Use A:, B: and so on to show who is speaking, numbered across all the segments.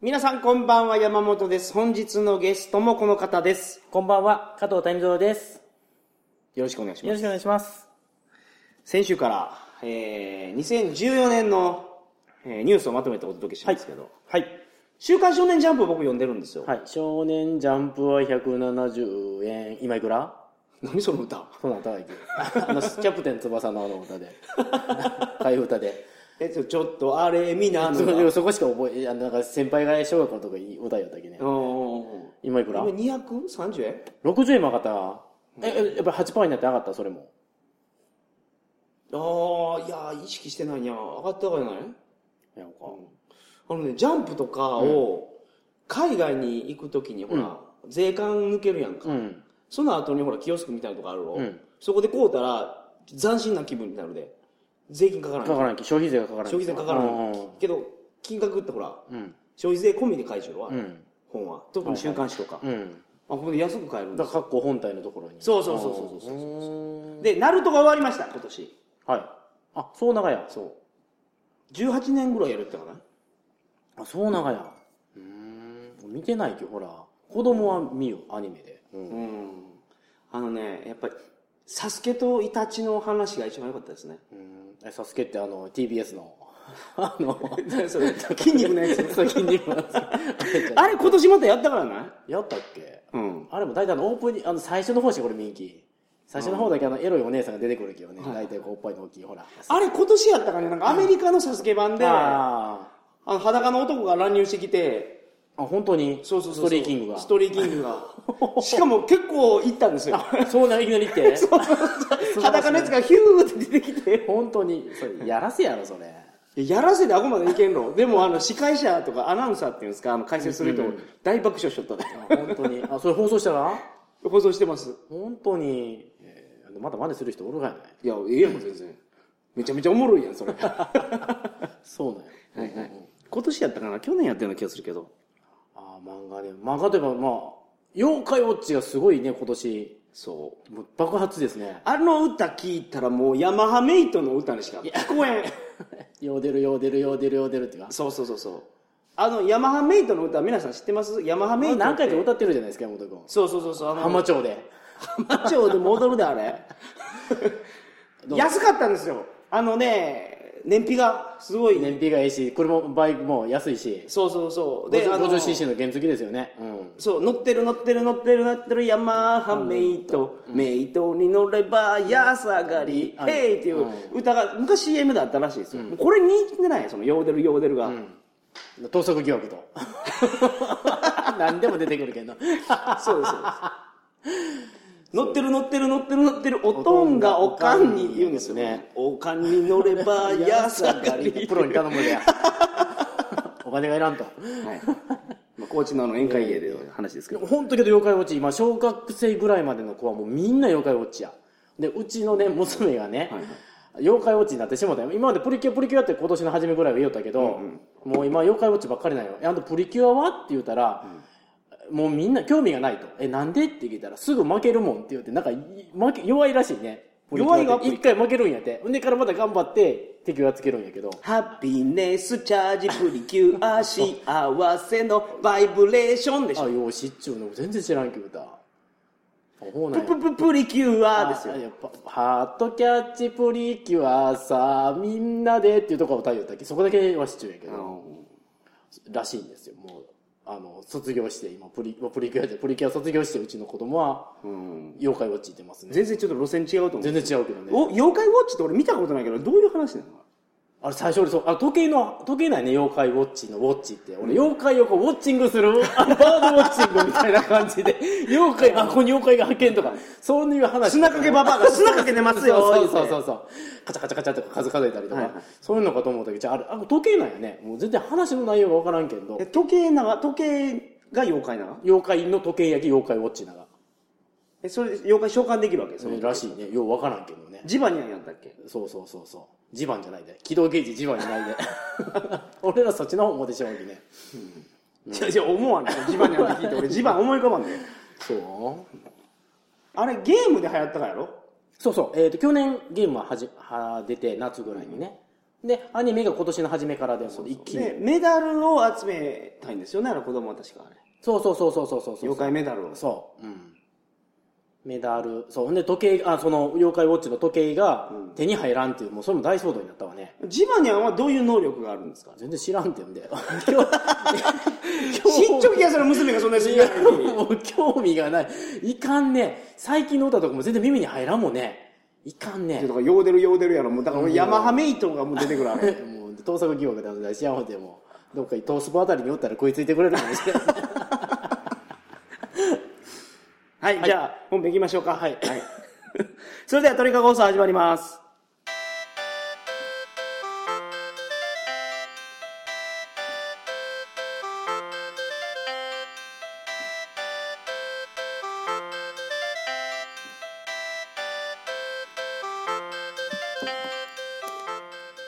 A: 皆さんこんばんは、山本です。本日のゲストもこの方です。
B: こんばんは、加藤谷蔵です。
A: よろしくお願いしま
B: よろ
A: す。
B: しくお願いします。
A: 先週から、えー、2014年の、えーニュースをまとめてお届けしますけど、
B: はい。
A: 週刊少年ジャンプを僕読んでるんですよ。
B: はい。少年ジャンプは170円、今いくら
A: 何その歌
B: そうなんだ、高木 あの、キャプテン翼のあ の歌で。替え歌で。
A: え、ちょちょっと、あれ、みなの
B: そ
A: 歌。
B: こそこしか覚え、あのなんか先輩が小学校のとこに歌よったけね
A: う。んうんうん
B: 今いくら
A: 今230円
B: ?60 円も上がったな。え、えやっぱり8%になって上がった、それも。
A: ああ、いやー、意識してないにゃ。上がったかいない
B: やんか。
A: あのね、ジャンプとかを、海外に行くときに、ほら、税関抜けるやんか。
B: うん。
A: その後にほら、キオスクみたいなとこあるろ。
B: うん
A: そこで買うたら、斬新な気分になるで。税金かからない。
B: かからない。消費税がかからない。
A: 消費税かからない
B: うんうん
A: けど、金額ってほら、
B: うん。
A: 消費税込みで買いしろわ、
B: うん。
A: 本は。特に週刊誌とか。
B: うん。
A: あ、ここで安く買えるん
B: だ
A: だ。
B: から、括弧本体のところに。
A: そうそうそうそうそうそう
B: うーん
A: で、ナルトが終わりました、今年。
B: はい。あ、そう長屋。
A: そう。18年ぐらいやるってかな
B: あ、そう長屋。うーん。見てないけど、ほら。子供は見よ、アニメで。うん。
A: うん。あのね、やっぱり、サスケとイタチの話が一番良かったです ね。
B: え、サスケってあの、TBS の、 あの、
A: それ筋肉のやつ。
B: そう筋肉のやつ
A: あれ今年またやったからない
B: やったっけ
A: うん。
B: あれも大体あの、オープニング、あの、最初の方しかこれ人気。最初の方だけあの、エロいお姉さんが出てくるけどね。大体こう、おっぱいの大きい、ほら。
A: あれ今年やったかねなんかアメリカのサスケ版で、あ
B: あ
A: の裸の男が乱入してきて、
B: ーあ、本当に、
A: そうそうそうそう。
B: ストリーキングが。
A: ストリーキングが。 しかも結構行ったんですよ。
B: そうなん、いきなり来て。
A: 裸のやつがヒューって出てきて。
B: 本当に、それ、やらせやろ、それ。
A: いややらせであくまでいけんの。でも、あの、司会者とかアナウンサーっていうんですか、あの、解説する人、大爆笑しとったね。
B: あ本当に。あ、それ放送したら
A: 放送してます。
B: 本当に、えーまだ真似する人おるがやない
A: いや、ええやん、全然。めちゃめちゃおもろいやん、それ。は
B: そうなんや
A: いはい。今年やったかな去年やったような気がするけど。
B: ああ漫画で漫画といえばまあ妖怪ウォッチがすごいね今年
A: そう。
B: もう爆発ですね
A: あの歌聞いたらもう、ヤマハメイトの歌にしか聞こえん。
B: よう出るよう出るよう出るよう出るっていうか
A: そうそうそうそう。あの、ヤマハメイトの歌、皆さん知ってますヤマハメイトって。
B: 何回か歌ってるじゃないですか山本君
A: そうそうそうそう。あの、
B: 浜町で
A: 浜町で戻るで、あ れ。安かったんですよ。あのね、燃費がすごい
B: 燃費がいいし車もバイクも安いし
A: そうそうそう。で、あの、
B: 50cc の原付ですよねうん
A: そう、乗ってる乗ってる乗ってる乗ってるヤマハメイト、メイトに乗れば安上がり、
B: うん
A: ヘイっていう歌が昔 CM だったらしいですよ。これに似てないそのヨーデルヨーデルが。
B: 盗作疑惑と 何でも出てくるけど
A: そうです。そうです乗ってる乗ってる乗ってる乗ってる、おとんがおかんに言うんですよね。おかんに乗れば安上がり。
B: プロに頼む でやお金がいらんと
A: はい。まあ、高知のあの宴会芸での話ですけど。
B: 本当けど妖怪ウォッチ今小学生ぐらいまでの子はもうみんな妖怪ウォッチやでうちのね娘がね、妖怪ウォッチになってしもたよ今までプリキュアプリキュアって今年の初めぐらいは言おったけど、もう今妖怪ウォッチばっかりなんよえあとプリキュアはって言うたら、もうみんな興味がないと「えなんで?」って聞いたら「すぐ負けるもん」って言ってなんかい負け弱いらしいねプリキュアっ
A: 弱
B: て
A: いがアプリ
B: 一回負けるんやってほんでからまた頑張って敵をやっつけるんやけど
A: ハピネスチャージプリキュア幸せのバイブレーションでし
B: あ
A: ょ。
B: よう知っちゅうの全然知らんけど歌あほうなん
A: プ
B: や
A: プププリキュアですよ。
B: やっぱハートキャッチプリキュアさみんなでっていうとこは歌いよったっけそこだけは知っちゅうやけ
A: あ
B: ど
A: の
B: らしいんですよもうあの卒業して今プリプリキュアでプリキュア卒業してうちの子供は
A: うん
B: 妖怪ウォッチ行ってますね
A: 全然ちょっと路線違うと思
B: 全
A: う。
B: 然違うけどね
A: お妖怪ウォッチって俺見たことないけど、どういう話なの
B: あれ最初俺そうあ時計の時計ないね妖怪ウォッチのウォッチって俺妖怪をこうウォッチングするあのバードウォッチングみたいな感じで妖怪あここに妖怪が発見とかそういう話
A: 砂かけババアが砂かけてますよ。
B: そうそ
A: 言
B: うそううそうカチャカチャカチャとか数数えたりとか、
A: はいはい
B: そういうのかと思ったけどじゃああれあこれ時計なんやねもう全然話の内容が分からんけんど
A: てえ時計なが、時計が妖怪なの
B: 妖怪の時計焼き妖怪ウォッチなが
A: え、それで妖怪召喚できるわけそ
B: そ
A: の
B: れらしいねよう分からんけどね
A: ジバニャンやったっけ
B: そうそうそうそう地盤じゃないで軌道ゲージ地盤じゃないで 俺らそっちの方思ってしまうわけね
A: 違う違う、思わない。ジバニャンって聞いて、俺ジバン思い浮かばんで。
B: そう
A: あれ、ゲームで流行ったからやろ
B: そうそう、えー、と去年ゲームははじは出て夏ぐらいにね、でアニメが今年の初めからでもう一気に
A: でメダルを集めた高いんですよね、あの子供は確かあれ。
B: そうそうそうそうそうそうそう
A: 妖怪メダルを。
B: そう、うん、メダルそうほんで時計あその妖怪ウォッチの時計が
A: うん
B: 手に入らんっていうもうそれも大騒動になったわね
A: ジバニャンはどういう能力があるんです か
B: 全然知らんってん で
A: 身長気がする娘がそんなに知らないのに。
B: もう興味がないいかんね最近の歌とかも全然耳に入らんもんねいかんね
A: だから、ヨーデルヨーデルやろ。もうだから、ヤマハメイトがもう出てくるあれ。
B: もう盗作疑惑なので幸せでもどっかにトースポあたりにおったら食いついてくれるかもし れない
A: はい、じゃあ本編行きましょうか。はい。 それではトリカゴ放送始まります。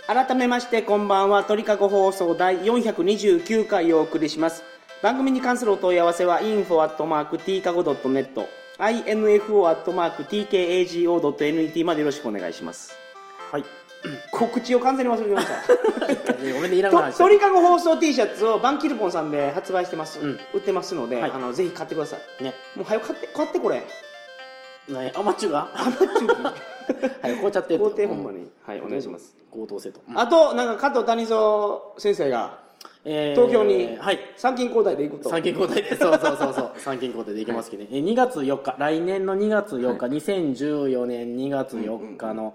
A: 改めましてこんばんは鳥かご放送第429回をお送りします番組に関するお問い合わせは info.tkago.net info.tkago.net までよろしくお願いします
B: はい
A: 告知を完全に忘れてまし
B: ごめ んねいらん
A: た
B: 話
A: と鳥かご放送 T シャツをバンキルポンさんで発売してます、
B: うん
A: 売ってますので、
B: はい
A: あのぜひ買ってください
B: ね
A: もう早く買って買ってこれ
B: ねアマチュア はいこうちゃって
A: 工程ほんまにはいお願いします
B: 強盗せと、
A: あとなんか加藤谷蔵先生が
B: えー
A: 東京に
B: はい
A: 参勤交代で行くと
B: 参勤交代でそうそうそうそう参勤交代で行けますけどね、え2月4日来年の2月4日、2014年2月4日の、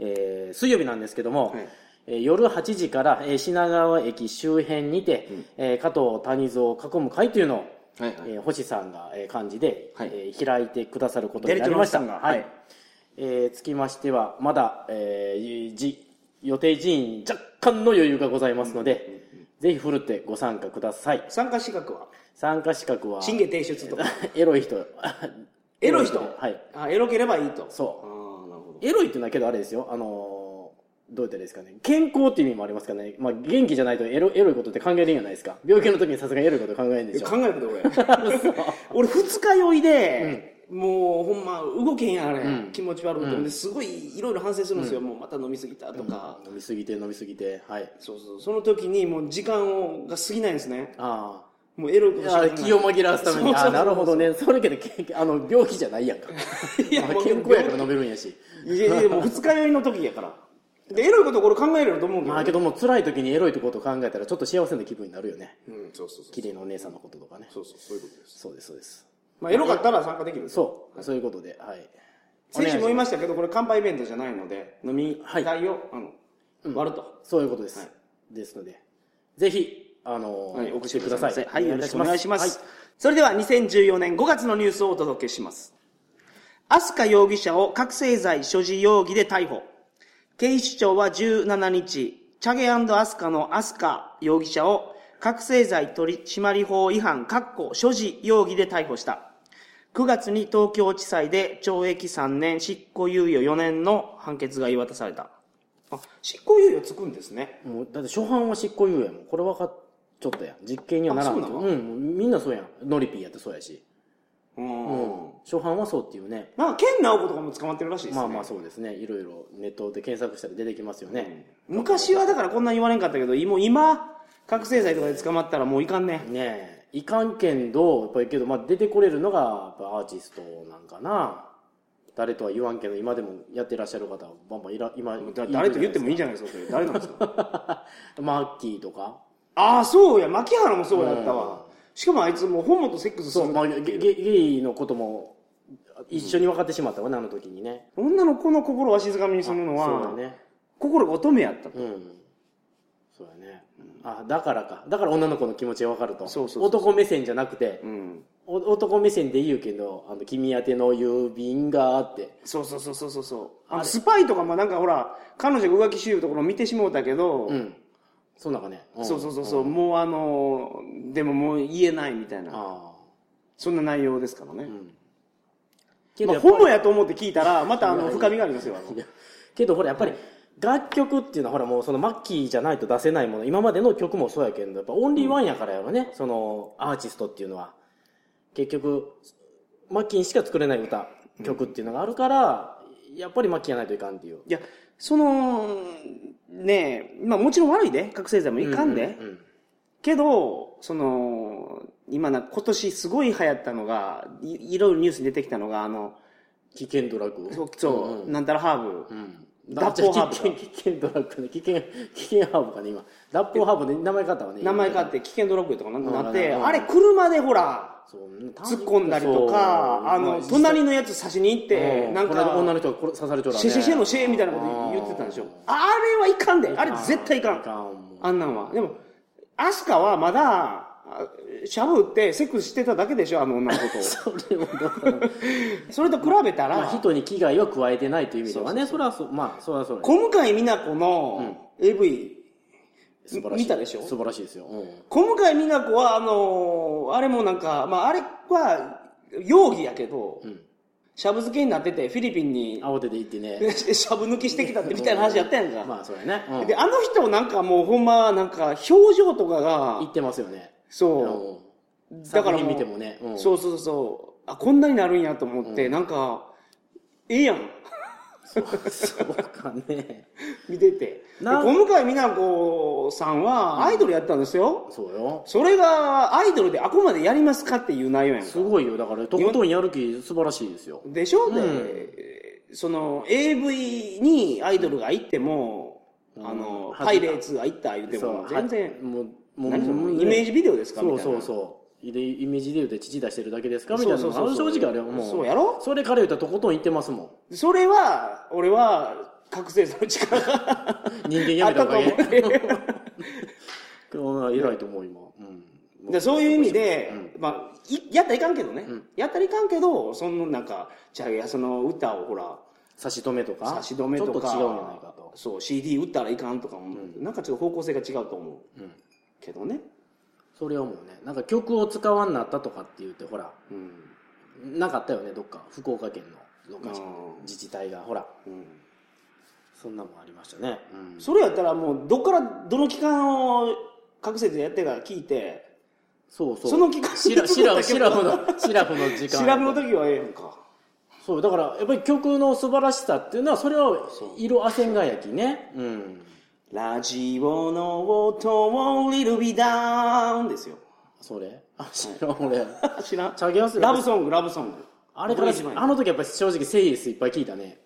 B: えー水曜日なんですけども、
A: はい
B: えー夜8時から、えー品川駅周辺にて、えー加藤谷蔵を囲む会というのを、
A: はいはい
B: えー星さんが、えー、漢字で、
A: はい
B: えー開いてくださることになりました
A: ディレクターの星さんが
B: はい
A: はい
B: えーつきましてはまだ、えーじ予定人員若干の余裕がございますので、ぜひふるってご参加ください
A: 参加資格は
B: 参加資格は
A: 審議提出とか
B: エロい人
A: エロい人
B: はい
A: あエロければいいと
B: そ
A: ああなるほど
B: うエロいっていうのはけどあれですよあのーどうやったらいいですかね健康っていう意味もありますからね、まあ、元気じゃないとエロエロいことって考えれんじゃないですか病気の時にさすがにエロいこと考えるんでしょ
A: 考えること 俺俺二日酔いで、もうほんま動けへんあれ、
B: ん
A: 気持ち悪くて、ですごいいろいろ反省するんですよ、もうまた飲みすぎたとか、
B: 飲みすぎて飲みすぎてはい
A: そうそうその時にもう時間をが過ぎないんですね
B: あ
A: もうエロいこ
B: あい
A: としか考えな
B: や
A: い
B: 気を紛らわすために
A: そうそうそう
B: あなるほどねそれけどけあの病気じゃないやんか
A: いや
B: まあ
A: もう
B: 健康やから飲めるんやし
A: いやいやもう二日酔いの時やからでエロいことこれ考えれると思うけど、
B: まあけども辛い時にエロいってことを考えたらちょっと幸せな気分になるよね
A: うんそうそうそう
B: 綺麗なお姉さんのこととかね
A: そうそうそういうことです、
B: そうですそうです
A: まあ、エロかったら参加できるんですよ
B: そうそういうことではい
A: 先週も言いましたけど、これ乾杯イベントじゃないので、飲み会を、あの、割ると。
B: そういうことです。ですので、ぜひ、あのー、
A: はい、お越
B: 送っ
A: して
B: て
A: く
B: く
A: だ
B: だ
A: さ
B: さ
A: い
B: い。
A: ませ。はい、よろしくお願いします。それでは2014年5月のニュースをお届けします。飛鳥容疑者を覚醒剤所持容疑で逮捕。警視庁は17日、チャゲ飛鳥の飛鳥容疑者を覚醒剤取締法違反、確保所持容疑で逮捕した。9月に東京地裁で懲役3年、執行猶予4年の判決が言い渡された。あ、執行猶予つくんですね。
B: はいもう、だって初版は執行猶予やもん。これ分かっちょっとやん。実刑にはならん
A: あ
B: と。
A: そうなの
B: うん、もうみんなそうやん。ノリピーやってそうやし。
A: うん
B: 初版はそうっていうね。
A: なんか、剣直子とかも捕まってるらしいですね。
B: まあまあそうですね。いろいろネットで検索したら出てきますよね。
A: 昔はだからこんな言われんかったけど、もう今、覚醒剤とかで捕まったらもういかんね。
B: ねえ、いかんけんど、やっぱりけど、まあ出てこれるのが、やっぱアーティストなんかな。誰とは言わんけど、今でもやってらっしゃる方は、バンバンいら、今、
A: だ誰と言ってもいい
B: い
A: じゃないですか、それ。誰なんですか。
B: る。マッキーとか。
A: ああ、そうや、牧原もそうやったわ。しかもあいつもう本とセックスす
B: そう、
A: る。
B: まあ、ゲゲゲイのことも一緒に分かってしまったわね、あの時にね。
A: 女の子の心をわしづかみにするの
B: そうだ
A: は、
B: ね。
A: 心が乙女やったと。
B: うん。そうだね。あ、だからか。だから女の子の気持ちが分かると。
A: そうそうそう
B: 男目線じゃなくて、
A: うん。
B: お男目線で言うけど、あの、君宛ての郵便があって。
A: そうそうそうそうそうそう。あのスパイとかもなんかほら、彼女が浮気しようところを見てしもうたけど、
B: うん。そんなんかね。ん
A: そうそうそうそう、もうあのー、でももう言えないみたいな、
B: あ
A: そんな内容ですからね。まあ、
B: あ。やっぱり
A: ホモやと思って聞いたら、またあの深みがありますよ。あの
B: いや けどほらやっぱり楽曲っていうのはほらもうそのマッキーじゃないと出せないもの今までの曲もそうやけどやっぱオンリーワンやからやろね、そのアーティストっていうのは結局マッキーにしか作れない歌曲っていうのがあるから、やっぱりマッキーじゃないといかんっていう
A: いや、その、ねえ、まあもちろん悪いで、覚醒剤もいかんで、
B: うん
A: けど、その、今な、今年すごい流行ったのが、いいろいろニュースに出てきたのが、あの、
B: 危険ドラッグ
A: そう、そう
B: うん
A: なんたらハーブ。
B: うん
A: 脱法ハーブ
B: じゃあ危険危険ドラッグね危険危険ハーブかね今脱法ハーブで名前変わったわね
A: 名前変わって危険ドラッグとかな
B: うん
A: なって、
B: うん
A: あれ車でほら、
B: そう
A: 突っ込んだりと
B: そう
A: か、あ
B: ま
A: の、
B: 実際
A: 隣のやつ差しに行って、
B: うん
A: なん
B: この間
A: か、
B: 女の人が殺刺されちゃう
A: シェシェシェのシェみたいなこと言ってたんでしょ。あれはいかんで、あれ絶対いかん。
B: ん
A: あんなんは。でも、アスカはまだ、あシャブ打ってセックスしてただけでしょ、あの女の子 と。
B: それもだから
A: それと比べた
B: まあ
A: ら、
B: 人に危害は加えてないという意味ではねそれはそうまあそれはそれ
A: 小向井美奈子の AV、
B: 素晴らしい
A: 見たでしょ
B: 素晴らしいですようん
A: 小向井美奈子は、あのーあれもなんか、まあ、あれは、容疑やけど、
B: うん
A: シャブ漬けになってて、フィリピン に、
B: 慌てて行ってね
A: シャブ抜きしてきたってみたいな話やったやんか。
B: まあそれねうん
A: で、あの人なんかもうほんま、なんか表情とかが
B: 行、ってますよね
A: そうう、
B: ん
A: だから
B: 作品
A: も
B: 見て
A: う、
B: もね うん
A: そうそうそう、あ、こんなになるんやと思って、なんか、ええやん、
B: そうそうかね
A: 見てて。で
B: な
A: 小向井美奈子さんはアイドルやったんですよ。
B: そうよ
A: それがアイドルであくまでやりますかっていう内容やん
B: す
A: か。
B: ごいよだからとことんやる気素晴らしいですよ
A: でしょ、
B: ん
A: で、その AV にアイドルが行っても、
B: うん
A: あの、
B: は
A: パイレーツが行った言うても、全
B: は
A: 然、
B: もうも
A: 何その
B: う
A: イメージビデオですかみ
B: そ
A: たいうな。
B: そうそうイレイメージで言うて父出してるだけですかみたいなのが
A: そうそうそうそう
B: 正直あれはもう
A: そうやろ
B: それから言うたらとことん言ってますもん
A: それは、俺は、覚醒剤の力が
B: 人間
A: あ
B: や
A: っ
B: め
A: た
B: た方
A: と
B: がい
A: 思。
B: いううん偉いと思う今、うん、
A: でそういう意味で、
B: う
A: まあ、いやったらいかんけどね、
B: うん
A: やったらいかんけどそのなんかじゃあいやその歌をほら
B: 差し止めとか
A: 差し止めとか
B: ちょっと違うんじゃないかと、
A: そう CD 打ったらいかんとかも、
B: うん
A: なんかちょっと方向性が違うと思う
B: うん、
A: けどね、
B: それはもうねなんか曲を使わんなったとかって言ってほら
A: うん
B: なかったよねどっか福岡県のどっか
A: うん
B: 自治体がほら
A: うん
B: そんなもんありましたね、うんそ
A: それやったらもうどっからどの期間を覚醒でやってるか聞いて
B: そうそう
A: その期間
B: シラシラフシラフ
A: の
B: のシラフの時間
A: シラフの時はええやんか
B: そうだからやっぱり曲の素晴らしさっていうのはそれは色あせんがやきねうん
A: ラジオの音をリルビダウンですよ
B: それあ知らん 俺
A: 知らん
B: チャゲアス
A: ラブソングラブソング
B: あれから
A: 僕一番や
B: あの時やっぱり正直セイエスいっぱい聞いたね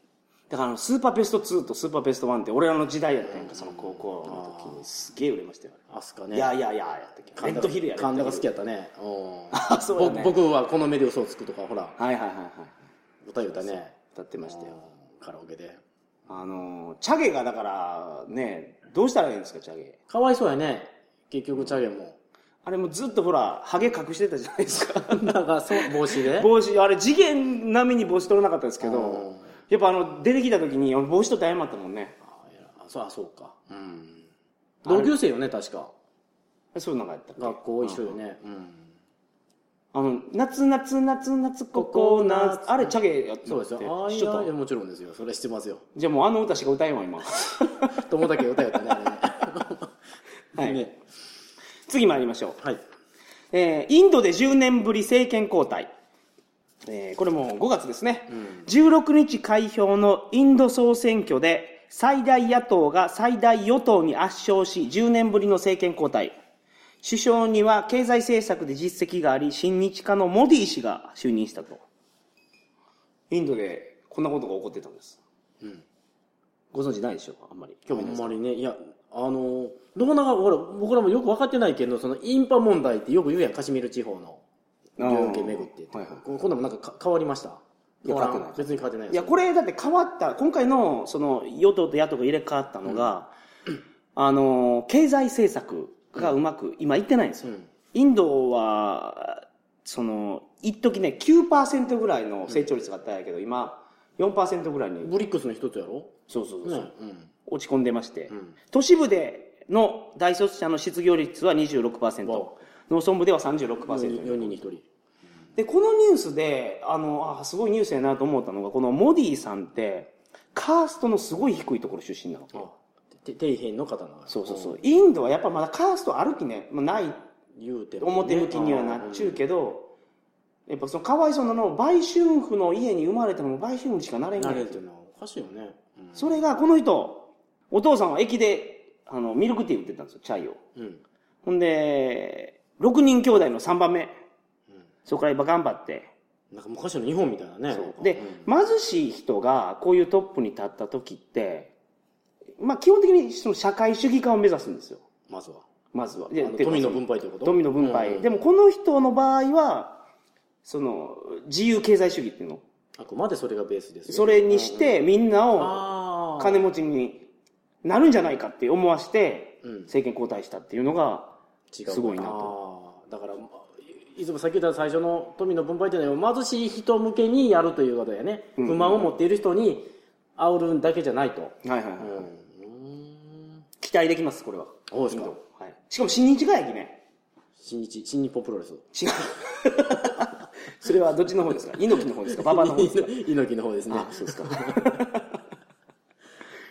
A: だからあのスーパーベスト2とスーパーベスト1って俺らの時代やったやんかその高校の時にすげえ売れましたよ、
B: アスカ
A: あれ
B: ね
A: いやいやいややってレ
B: 神田
A: ッドヒルやレッド
B: 神
A: ヒル
B: 田が好きやったねうん
A: あ そうやね
B: ぼ僕はこの目で嘘をつくとかほら
A: はいはいはいはい
B: 歌言ったね
A: 歌ってましたよ
B: うんカラオケで
A: あのチャゲがだからねどうしたらいいんですかチャゲ
B: かわいそうやね結局チャゲも
A: あれもずっとほらハゲ隠してた じゃないです か
B: だからそう帽子で
A: 帽子あれ次元並みに帽子取らなかったですけ
B: う
A: ど
B: ん
A: やっぱあの出てきた時に俺帽子取って謝ったもんね
B: あいやあそうあそうかうん同級生よね確か
A: そうなんかやったっけ
B: 学校一緒よねうん
A: あの夏夏夏夏ココナッツあれチャゲやった
B: そうですよああい
A: ちょっ
B: やい
A: と
B: やもちろんですよそれ知ってますよ
A: じゃあもうあの歌しか歌えんわ今
B: 友達が歌やったねあ
A: は
B: れ
A: い
B: ね ね
A: 次参りましょう、
B: はい
A: えーインドで10年ぶり政権交代、えーこれもう5月ですね、
B: うん
A: 16日開票のインド総選挙で最大野党が最大与党に圧勝し10年ぶりの政権交代首相には経済政策で実績があり親日家のモディ氏が就任したとインドでこんなことが起こってたんです、
B: うん
A: ご存知ないでしょうかあんまり
B: あんまりねいやあのどうながほら僕らもよく分かってないけどそのインパ問題ってよく言うやんカシミール地方の領域巡ってって
A: はいはい
B: こ今度もなんかか変わりました
A: いや変わってない
B: ほら別に変わってない
A: いや、これだって変わった、今回のその与党と野党が入れ替わったのが、あの、経済政策がうまく、今いってないんです
B: う
A: よ。
B: ん
A: インドは、その、一時ね、9%ぐらいの成長率があったんやけど、今、4%ぐらいに、
B: ブリックスの一つやろ
A: そうそうそう
B: ね
A: そう、
B: うん
A: 落ち込んでまして、
B: ん
A: 都市部での大卒者の失業率は26%、
B: わお
A: 農村部では36%。
B: 4人に1人
A: でこのニュースであのあすごいニュースやなと思ったのがこのモディさんってカーストのすごい低いところ出身なの
B: あて底辺の方なの
A: そうそうそうインドはやっぱまだカーストあるきね、まあ、ない
B: 言うてもね
A: 表向きにはなっちゅうけどやっぱそのかわいそうなのは売春婦の家に生まれても売春婦しかなれんね
B: 慣
A: ん
B: れてるのはおかしいよねうん
A: それがこの人お父さんは駅であのミルクティー売ってたんですよチャイを
B: うん
A: ほんで、6人兄弟の3番目。そこから今頑張って。
B: なんか昔の日本みたいなね。なんか
A: で、貧しい人がこういうトップに立った時って、まあ基本的にその社会主義化を目指すんですよ。
B: うんまずは。
A: まずは。
B: あ
A: で
B: の
A: てか
B: 富の
A: そ
B: 分配ということ
A: 富の分配。
B: うん
A: でもこの人の場合は、その、自由経済主義っていうの。
B: あくまでそれがベースですよね。
A: それにしてみんな
B: うん、
A: を
B: ああ。
A: 金持ちになるんじゃないかって思わして、
B: うん
A: 政権交代したっていうのが、
B: 違う
A: すごいな
B: あーだからまあいいつもさっき言った最初の富の分配というのは貧しい人向けにやるということやね、
A: うん
B: 不満を持っている人に煽るだけじゃないと、
A: はいはいは
B: う
A: い
B: ん、うん
A: 期待できます、これは。
B: どうですか
A: はい、しかも新日が駅ね。
B: 新日新日本プロレス
A: 違う。 それはどっちの方ですか猪木の方ですか馬場の方ですか
B: 猪木の方ですね
A: あ、そうですか。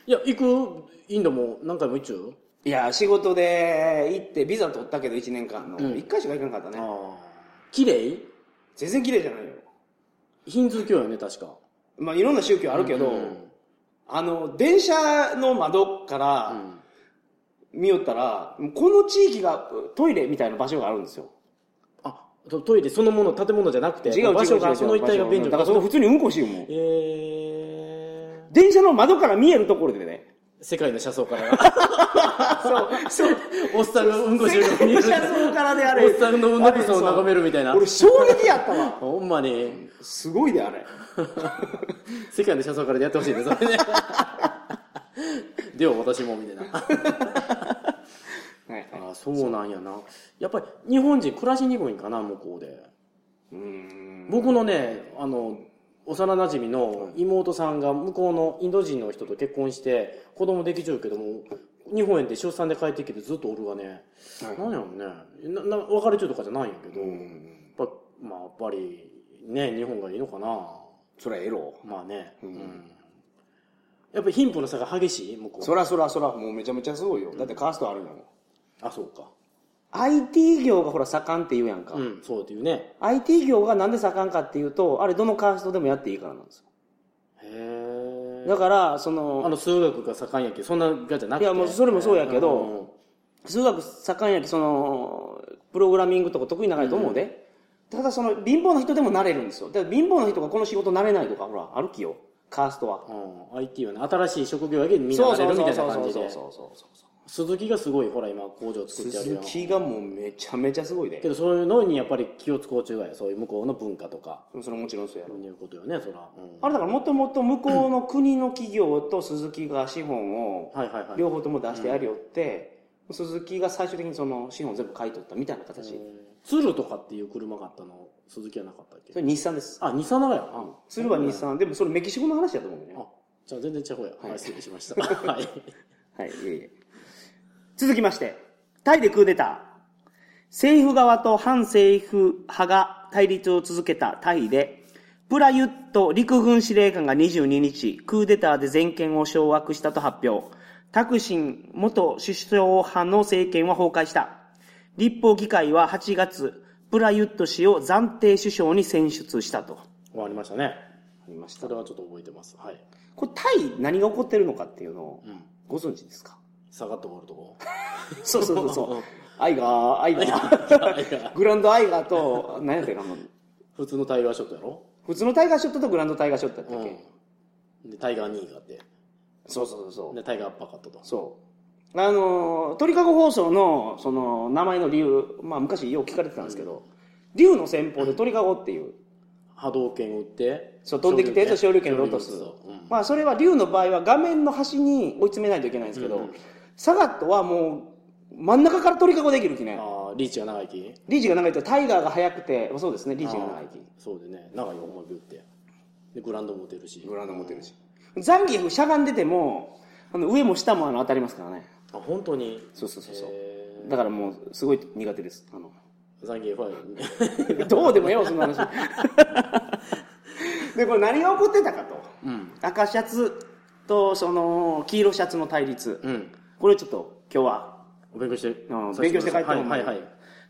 B: いや行くインドも何回も行っちゅう
A: いや、仕事で行って、ビザ取ったけど1年間の。
B: うん
A: 1回しか行かなかったね。
B: ああ綺麗
A: 全然綺麗じゃないよ。
B: ヒンズー教よね確か
A: まあ、いろんな宗教あるけど、
B: うん
A: あの、電車の窓か
B: う
A: ら
B: ん
A: 見よったら、もうこの地域がトイレみたいな場所があるんですよ。
B: あとトイレそのもの建物じゃなくて
A: 違う違う違う違う
B: 場所がその一帯が便所
A: だからそこ普通にうんこしてるもん
B: え。ー、
A: 電車の窓から見えるところでね。
B: 世界の車窓 から。
A: そう、そう。
B: おっさんがうんこしてるのが見える。
A: 車窓からであれ。
B: おっさんのうんこくさを眺めるみたいな。
A: 俺衝撃やったわ。
B: ほんまに、
A: すごいであれ。
B: 世界の車窓からでやってほしいね、 それね。では私も、みたいな。
A: はいはい。
B: あそうなんやな。やっぱり日本人暮らしにくいんかな、向こうで。
A: うーん。
B: 僕のね、あの、幼馴染の妹さんが向こうのインド人の人と結婚して子供できちゃうけども、日本へで出産で帰ってきてずっとおるわね。
A: はい
B: なんやろね。な、な、別れちゃうとかじゃないんやけど。
A: うん。
B: やっぱまあやっぱりね日本がいいのかな
A: そらエロ。
B: まあね、
A: う
B: うんんやっぱ貧富の差が激しい向こう
A: そらそらそら、もうめちゃめちゃすごいよ。だってカーストあるんやもん。
B: あそうか
A: IT 業がほら盛んって言うやんか。
B: うんそうっていうね
A: IT 業がなんで盛んかっていうと、あれどのカーストでもやっていいからなんです
B: へ
A: よ。
B: え
A: だから、そ
B: あ
A: の、
B: の数学が盛んやけどそんながじゃなくて
A: いやもうそれもそうやけど
B: んうん
A: 数学盛んやき、その、プログラミングとか得意ながらと思うで。ただその、貧乏な人でもなれるんですよ。だから貧乏な人がこの仕事なれないとか、ほら、あるきよ。カーストは。
B: うんうん、IT はね新しい職業やけどみんななれるみたいな感じで
A: そうそうそうそう。
B: 鈴木がすごいほら今工場作ってある
A: 鈴
B: やん
A: 木がもうめちゃめちゃすごいで
B: け。どそういうのにやっぱり気を使う中がやそういう向こうの文化とか
A: それもちろんそうや
B: そ
A: ろ。
B: ういうことよねそら、うん
A: あれだからもともと向こうの国の企業と鈴木が資本を
B: はいはいはい
A: 両方とも出してやりよって、鈴木が最終的にその資本を全部買い取ったみたいな形。
B: 鶴とかっていう車があったの鈴木はなかったっけ
A: それ日産です。
B: あ、二三七や。あ
A: それは日産。でもそれメキシコの話だと思うね。
B: あ、じゃあ全然ちゃうや。はい、失礼しました。 はい。
A: はい、いえいえ。続きまして、タイでクーデター。政府側と反政府派が対立を続けたタイで、プラユット陸軍司令官が22日、クーデターで全権を掌握したと発表。タクシン元首相派の政権は崩壊した。立法議会は8月、プラユット氏を暫定首相に選出したと。
B: 終わりましたね。
A: ありまし
B: それはちょっと覚えてます。はい。
A: これタイ何が起こってるのかっていうのを
B: ん
A: ご存知ですか、
B: 下がって終わるとこ。
A: そうそうそうそう。アイガー、アイガー。 グランドアイガーと、何やったかな。
B: 普通のタイガーショットやろ
A: 普通のタイガーショットとグランドタイガーショットやったっけ、
B: うん。で、タイガー2位があって。
A: そうそうそうそう。
B: で、タイガーアッパーカットと。
A: そう。あの、鳥かご放送の、その、名前の理由、まあ昔よう聞かれてたんですけど、竜の戦法で鳥かごっていう、
B: 波動拳を打って。
A: そう飛んできたやつを
B: 昇
A: 昇
B: 竜
A: 竜
B: 拳
A: 拳で落とす。
B: うん
A: まあそれは竜の場合は画面の端に追い詰めないといけないんですけど、サガットはもう、真ん中から鳥かごできる気ね。
B: あーリーチが長生き
A: リーチが長いとタイガーが速くて、そうですね、リーチが長いき。
B: そうでね、長い思い打って。で、グラウンド持てるし。
A: グラウンド持てるし。ザンギエフしゃがんでても、あの上も下もあの当たりますからね。
B: あ、本当に。
A: そうそうそうそう。
B: え
A: だからもう、すごい苦手です。あの、
B: ーザンギエファ
A: どうでもよ、そんな 話。で、これ何が起こってたかと。
B: うん。
A: 赤シャツと、その、黄色シャツの対立。
B: うん。
A: これちょっと、今日は。
B: 勉強して、
A: うん勉強して帰って
B: はい
A: も
B: はいはい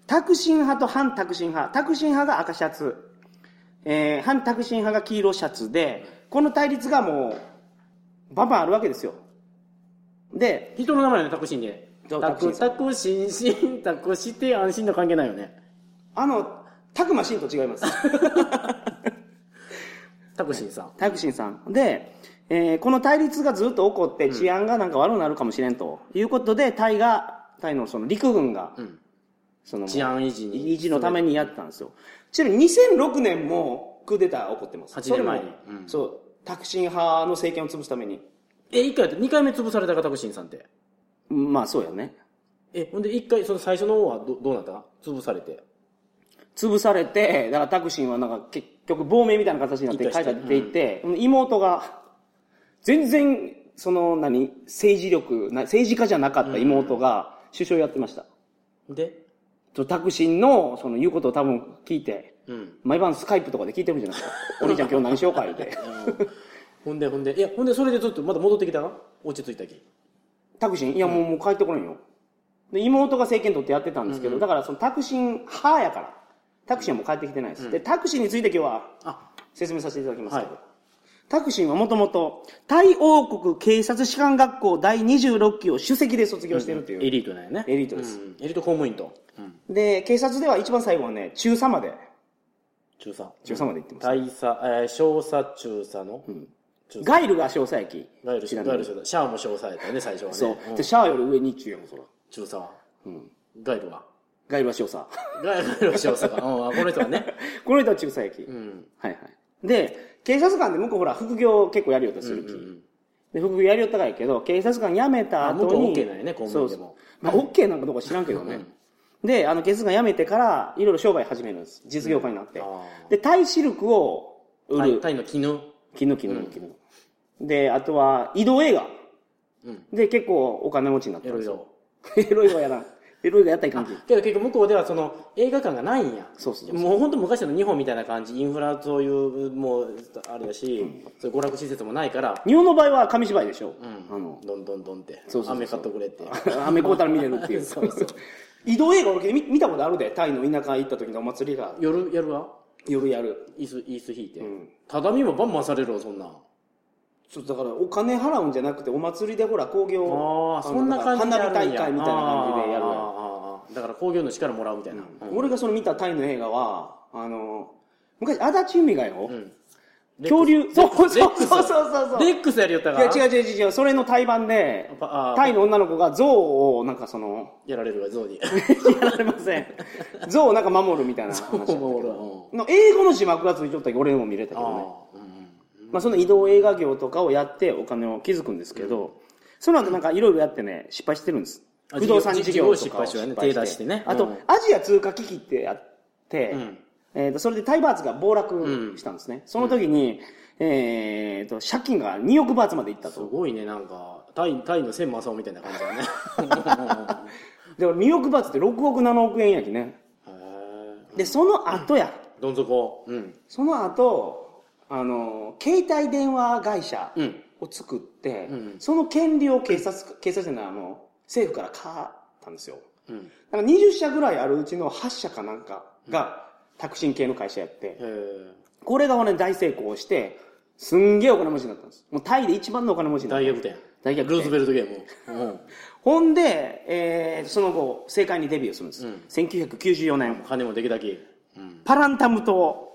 A: タクシン派と反タクシン派。タクシン派が赤シャツ。えー反タクシン派が黄色シャツで、この対立がもう、バンバンあるわけですよ。で、
B: 人の名前はねタクシーで
A: そう
B: タ
A: タクシ
B: ク
A: ーさん
B: タクシンシンタクして安心の関係ないよね
A: あの、タクマシンと違い ます。
B: タクシンさん
A: タクシンさん。で、えーこの対立がずっと起こって治安がなんか悪くなるかもしれんということで、タイが、タイのその陸軍が、
B: ん
A: その
B: 治安維持に
A: 維持のためにやってたんですよ。ちなみに2006年もクーデター起こってます。
B: 8年前に
A: それも
B: うん
A: そう、タクシン派の政権を潰すために。
B: え一回やって2回目潰されたかタクシンさんって
A: まあそうやね。
B: えほんで一回その最初の方はどどうなった潰されて
A: 潰されて、だからタクシンはなんか結局亡命みたいな形になって
B: 一
A: 帰
B: 回
A: っ
B: して
A: ていって、妹が、全然、その何、政治力な、政治家じゃなかった妹が首相やってました。
B: で
A: とタクシンのその言うことを多分聞いて、
B: うん
A: 毎晩スカイプとかで聞いてるじゃない ですか。お兄ちゃん今日何しようか言うて。
B: ほんでほんでいやほんでそれでちょっとまだ戻ってきた落ち着いたき
A: タクシン、いやもう,、もう帰ってこないよ。で、妹が政権取ってやってたんですけど、だからそのタクシン派やから、タクシンはもう帰ってきてないです。で、タクシンについて今日は
B: あ
A: 説明させていただきますけど、
B: はい
A: タクシンはもともとタイ王国警察士官学校第26期を首席で卒業してるという、
B: エリートなんやね
A: エリートです
B: うんエリート公務員と、
A: で警察では一番最後はね中佐まで
B: 中佐
A: 中佐まで行ってます、
B: 大佐、えー、少佐中佐の、中佐
A: ガイルが詳細駅
B: ガイル少佐ガイル少佐シャアも少佐やったよね最初はね
A: そう、
B: ん
A: でシャアより上に中やもんそら
B: 中佐は、ガイルは
A: ガイルは少佐
B: ガイルは少佐か、うん、あこの人はね
A: この人は中佐駅、
B: うん
A: はいはいで警察官で向こうほら副業結構やりよったりする気、で副業やりよったからやけど警察官辞めた
B: あ
A: 後
B: 向こう
A: に
B: OK なんやね公務員でも
A: まあ、OK なんかどうか知らんけどね。で、あの、警察官辞めてから、いろいろ商売始めるんです。実業家になって
B: あ。ー
A: で、タイシルクを売
B: タイ
A: る。
B: タイの絹
A: 絹絹絹。で、あとは、移動映画。
B: うん
A: で、結構お金持ちになった
B: い
A: ん
B: ろ
A: で
B: い
A: すよ。
B: ろ
A: エロいがやらん。エロいがやったらいかんき。
B: けど結局向こうではその映画館がないんや
A: そうそうそう
B: もう本当昔の日本みたいな感じインフラそういうもうあれやし、そういう娯楽施設もないから
A: 日本の場合は紙芝居でしょ。あの、
B: どんどんどんって
A: そうそうそう
B: 雨買ってくれって
A: アメコータル見れるって いう。移動映画俺見見たことあるで、タイの田舎行った時のお祭りが
B: 夜やるわ
A: 夜やる。
B: 椅子椅子引いて、
A: ん
B: ただ畳もバンバンされるわそんなん
A: ちょっとだからお金払うんじゃなくてお祭りでほら工業
B: ああそんな感じで
A: 花火
B: やるん
A: 大会み
B: や
A: たいな感じでやる
B: あ
A: やん
B: ーあーあーだから工業の力もらうみたいな、うん
A: 俺がその見たタイの映画はあの昔足立由美がよ、
B: ん
A: 恐竜そうそう
B: レ
A: そ
B: ッ
A: う
B: クス
A: そうそうそう
B: レックスやりよった
A: い
B: から
A: や違う違う違うそれの対バンで
B: パあー
A: タイの女の子が象をなんかその
B: やられるわゾウに
A: やられません象をなんか守るみたいな話
B: そう思うわ
A: の英語の字幕がついちゃったけど俺も見れたけ
B: うん
A: どね
B: あーうん
A: まあ、その移動映画業とかをやってお金を築くんですけど、その後なんかいろいろやってね、失敗してるんです。
B: あ
A: 不動産事業と
B: 事
A: かを
B: 業失敗し
A: 失
B: て
A: 敗して
B: ね手出してね
A: あと、
B: うん
A: アジア通貨危機ってやって、
B: うん
A: えー、とそれでタイバーツが暴落したんですね。その時に、えー、と借金が2億バーツまでいった
B: す
A: と。
B: ごいねなんかタイタイの千正雄みたいな感じ だね
A: で、2億バーツって6億7億円やきね。
B: へー
A: で、その後や。
B: どん底うん
A: その後、あの、携帯電話会社
B: うん
A: を作って、
B: うん
A: その権利を警察、警察じゃない、あの、政府から買ったんですよ。
B: うん
A: なんか20社ぐらいあるうちの8社かなんかが、タクシン系の会社やって
B: へ、ー
A: これがね、大成功して、すんげえお金持ちになったんです。もうタイで一番のお金持ちになっ
B: 大
A: た。
B: 逆転
A: 大逆転
B: ルーズベルトゲームうん
A: ほんで、えーその後、政界にデビューするんです。
B: うん
A: 1994年、
B: 金もできたきうん
A: パランタム島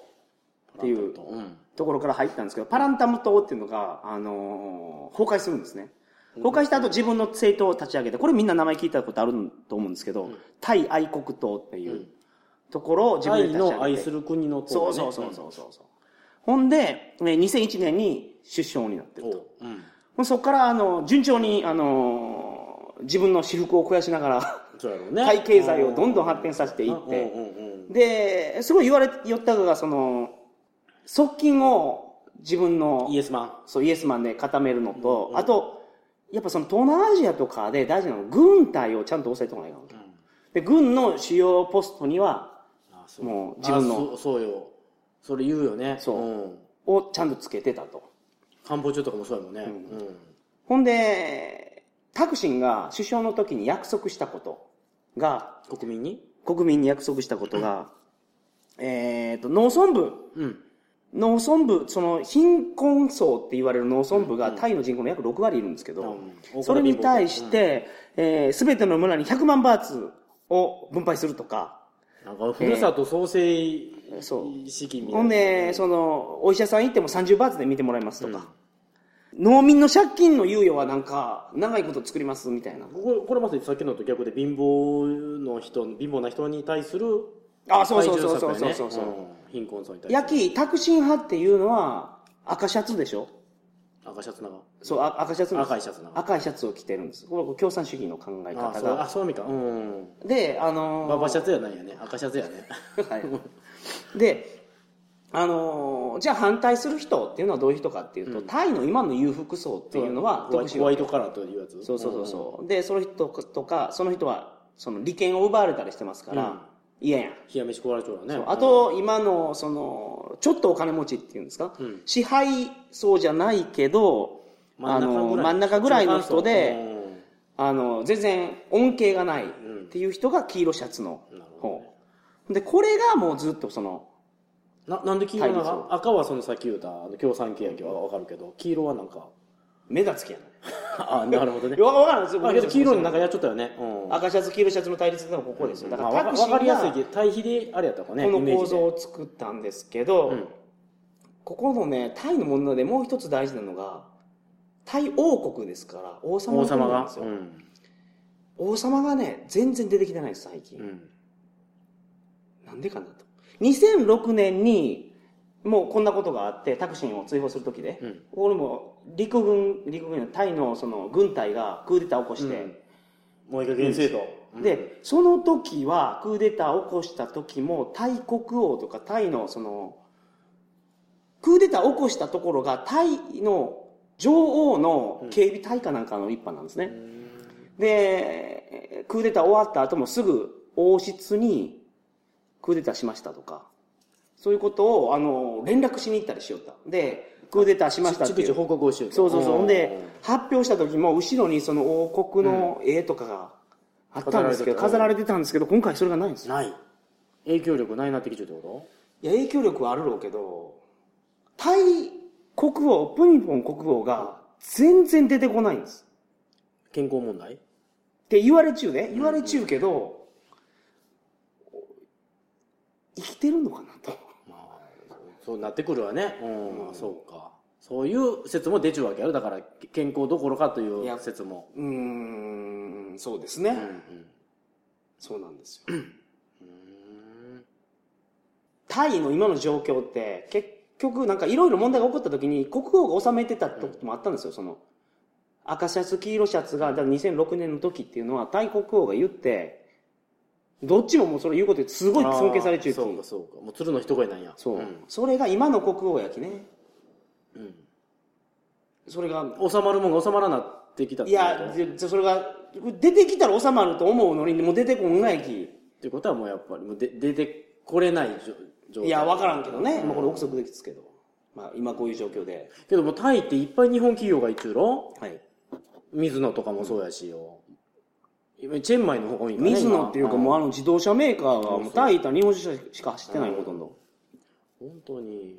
A: っていう
B: うん
A: ところから入ったんですけど、パランタム島っていうのが、あのー崩壊するんですね。崩壊した後自分の政党を立ち上げて、これみんな名前聞いたことあると思うんですけど、タイ愛国党っていうところを自分で立ち上
B: 愛
A: げて。
B: の愛する国の党
A: そう
B: ね
A: そうそうそうそうそう。ほんで、ね2001年に首相になってると。
B: おうん
A: もうそこから、あの、順調に、あのー自分の私服を肥やしながら、
B: そうやろうね
A: タイ経済をどんどん発展させていっ
B: うん
A: て、
B: うんうん
A: で、すごい言われ、言ったのが、その、側近を自分の
B: イエスマン
A: そうイエスマンで固めるのと、あと、やっぱその東南アジアとかで大事なのは軍隊をちゃんと押さえておかないかんわけ、で、軍の主要ポストには、
B: あそう
A: もう自分の
B: あそうそうよそれ言うよね
A: そうんをちゃんとつけてたと。
B: 官房長とかもそうやもんねうん
A: ほんで、タクシンが首相の時に約束したことが、
B: 国民に
A: 国民に約束したことが、えっ、と、農村部
B: うん
A: 農村部、その貧困層って言われる農村部がタイの人口の約6割いるんですけど、
B: うん
A: それに対して、すべ、ての村に100万バーツを分配するとか、
B: なんかふるさと創生意
A: そう
B: 識みた
A: ほ
B: い
A: ん
B: な、
A: で、その、お医者さん行っても30バーツで見てもらいますとか、農民の借金の猶予はなんか、長いこと作りますみたいな。
B: こここれまさにさっきのと逆で貧乏の人貧乏な人に対する
A: あ、そうそう
B: 体
A: そうそう
B: 重策や
A: そう
B: ね
A: そうそう。
B: ん貧困層に対す
A: ヤキ、タクシン派っていうのは、赤シャツでしょ
B: る赤シャツなが
A: そう、あ赤シャツなんです
B: 赤いシャツなが
A: 赤いシャツを着てるんです。これこれ共産主義の考え
B: あ
A: 方
B: そうあ
A: が。
B: そうみかうん
A: で、あのー
B: ババシャツやないやね赤シャツやね
A: はい、で、あのーじゃあ反対する人っていうのはどういう人かっていうと、タイの今の裕福層っていうの は
B: ホワ
A: 特
B: イ
A: 殊
B: ホワイトカラーというやつ
A: そうそうそうそう。で、その人とか、その人は、その利権を奪われたりしてますから、
B: うん
A: 嫌やん。
B: 冷や飯食われちゃうわね
A: あと、今の、その、ちょっとお金持ちっていうんですか、
B: ん
A: 支配層じゃないけど、あの真ん中ぐらいの人で、あの全然恩恵がないっていう人が黄色シャツの方、でこれがもうずっとその
B: ななんで黄色な
A: 対
B: の赤はそのさっき言ったあの共産系やけどわかるけど黄色はなんか
A: 目立つけやな
B: あなるほどね
A: いわわからんない
B: あけど黄色になんかやっちゃったよね、うん、
A: 赤シャツ黄色シャツの対立でもここですよだか
B: まあ
A: ら
B: わ
A: タ
B: か
A: クシ
B: わ
A: ー
B: かりやすい
A: が
B: けど対比であれやったかね
A: こ
B: イ
A: の
B: メー
A: 構
B: ジで
A: 造を作ったんですけど、
B: うん
A: ここのねタイの問題でもう一つ大事なのがタイ王国ですから王様
B: 王
A: の国な
B: 様
A: んで
B: が
A: す、
B: う
A: よ
B: ん
A: 王様がね全然出てきてないです最近、
B: うん
A: なんでかなと。2006年に、もうこんなことがあって、タクシンを追放するときで、
B: うん
A: これも陸軍、陸軍のタイのその軍隊がクーデターを起こして、
B: もう一回原生と、うん
A: で、その時は、クーデターを起こした時も、タイ国王とかタイのその、クーデターを起こしたところが、タイの女王の警備隊かなんかの一派なんですね。で、クーデター終わった後もすぐ王室にクーデターしましたとか、そういうことを、あの、連絡しに行ったりしよった。で、クーデターしましたって
B: 逐
A: い
B: 次
A: う。
B: 報告をしようと
A: そうそうそう。ほんで
B: う、
A: 発表した時も後ろにその王国の絵とかがあったんですけど、飾
B: 飾
A: ら
B: ら
A: れてたんですけど、今回それがないんですよ。
B: ない影響力ないなってきちゃうってこ
A: いや、影響力はあるろうけど、タイ国王、プニポン国王が全然出てこないんです。
B: と健康問題
A: って言われちゅうね言われちゅうけど、生きてるのかなと
B: まあそうなってくるわねうん、そうかそういう説も出ちゃうわけやろだから健康どころかとい
A: いや
B: う説も
A: うーんそうですね、
B: うんうん
A: そうなんですよタイの今の状況って結局なんかいろいろ問題が起こった時に国王が治めてたってこともあったんですよその赤シャツ黄色シャツがだから2006年の時っていうのはタイ国王が言ってどっちももうそれ言うことですごい尊敬されちゅうって
B: そ
A: いうう
B: かそうかもう鶴の一声なんや
A: そう、
B: ん
A: それが今の国王やきね
B: うん
A: それが
B: 収まるもんが収まらなってきたっ
A: い
B: てこと
A: や、でそれが、出てきたら収まると思うのに、もう出てこんがいき。
B: っていうことはもうやっぱりもうで出てこれない状状態
A: いや、わからんけどね。まあ、これ憶測ですけど。まあ、今こういう状況で。
B: けどもうタイっていっぱい日本企業がいっちゅうろ
A: はい。
B: 水野とかもそうやしよ、今チェンマイの方が多いんかね
A: 水野っていうか、
B: 今
A: もうあの自動車メーカーが、もうタイ行ったら日本車しか走ってない、ほとんど。
B: 本当に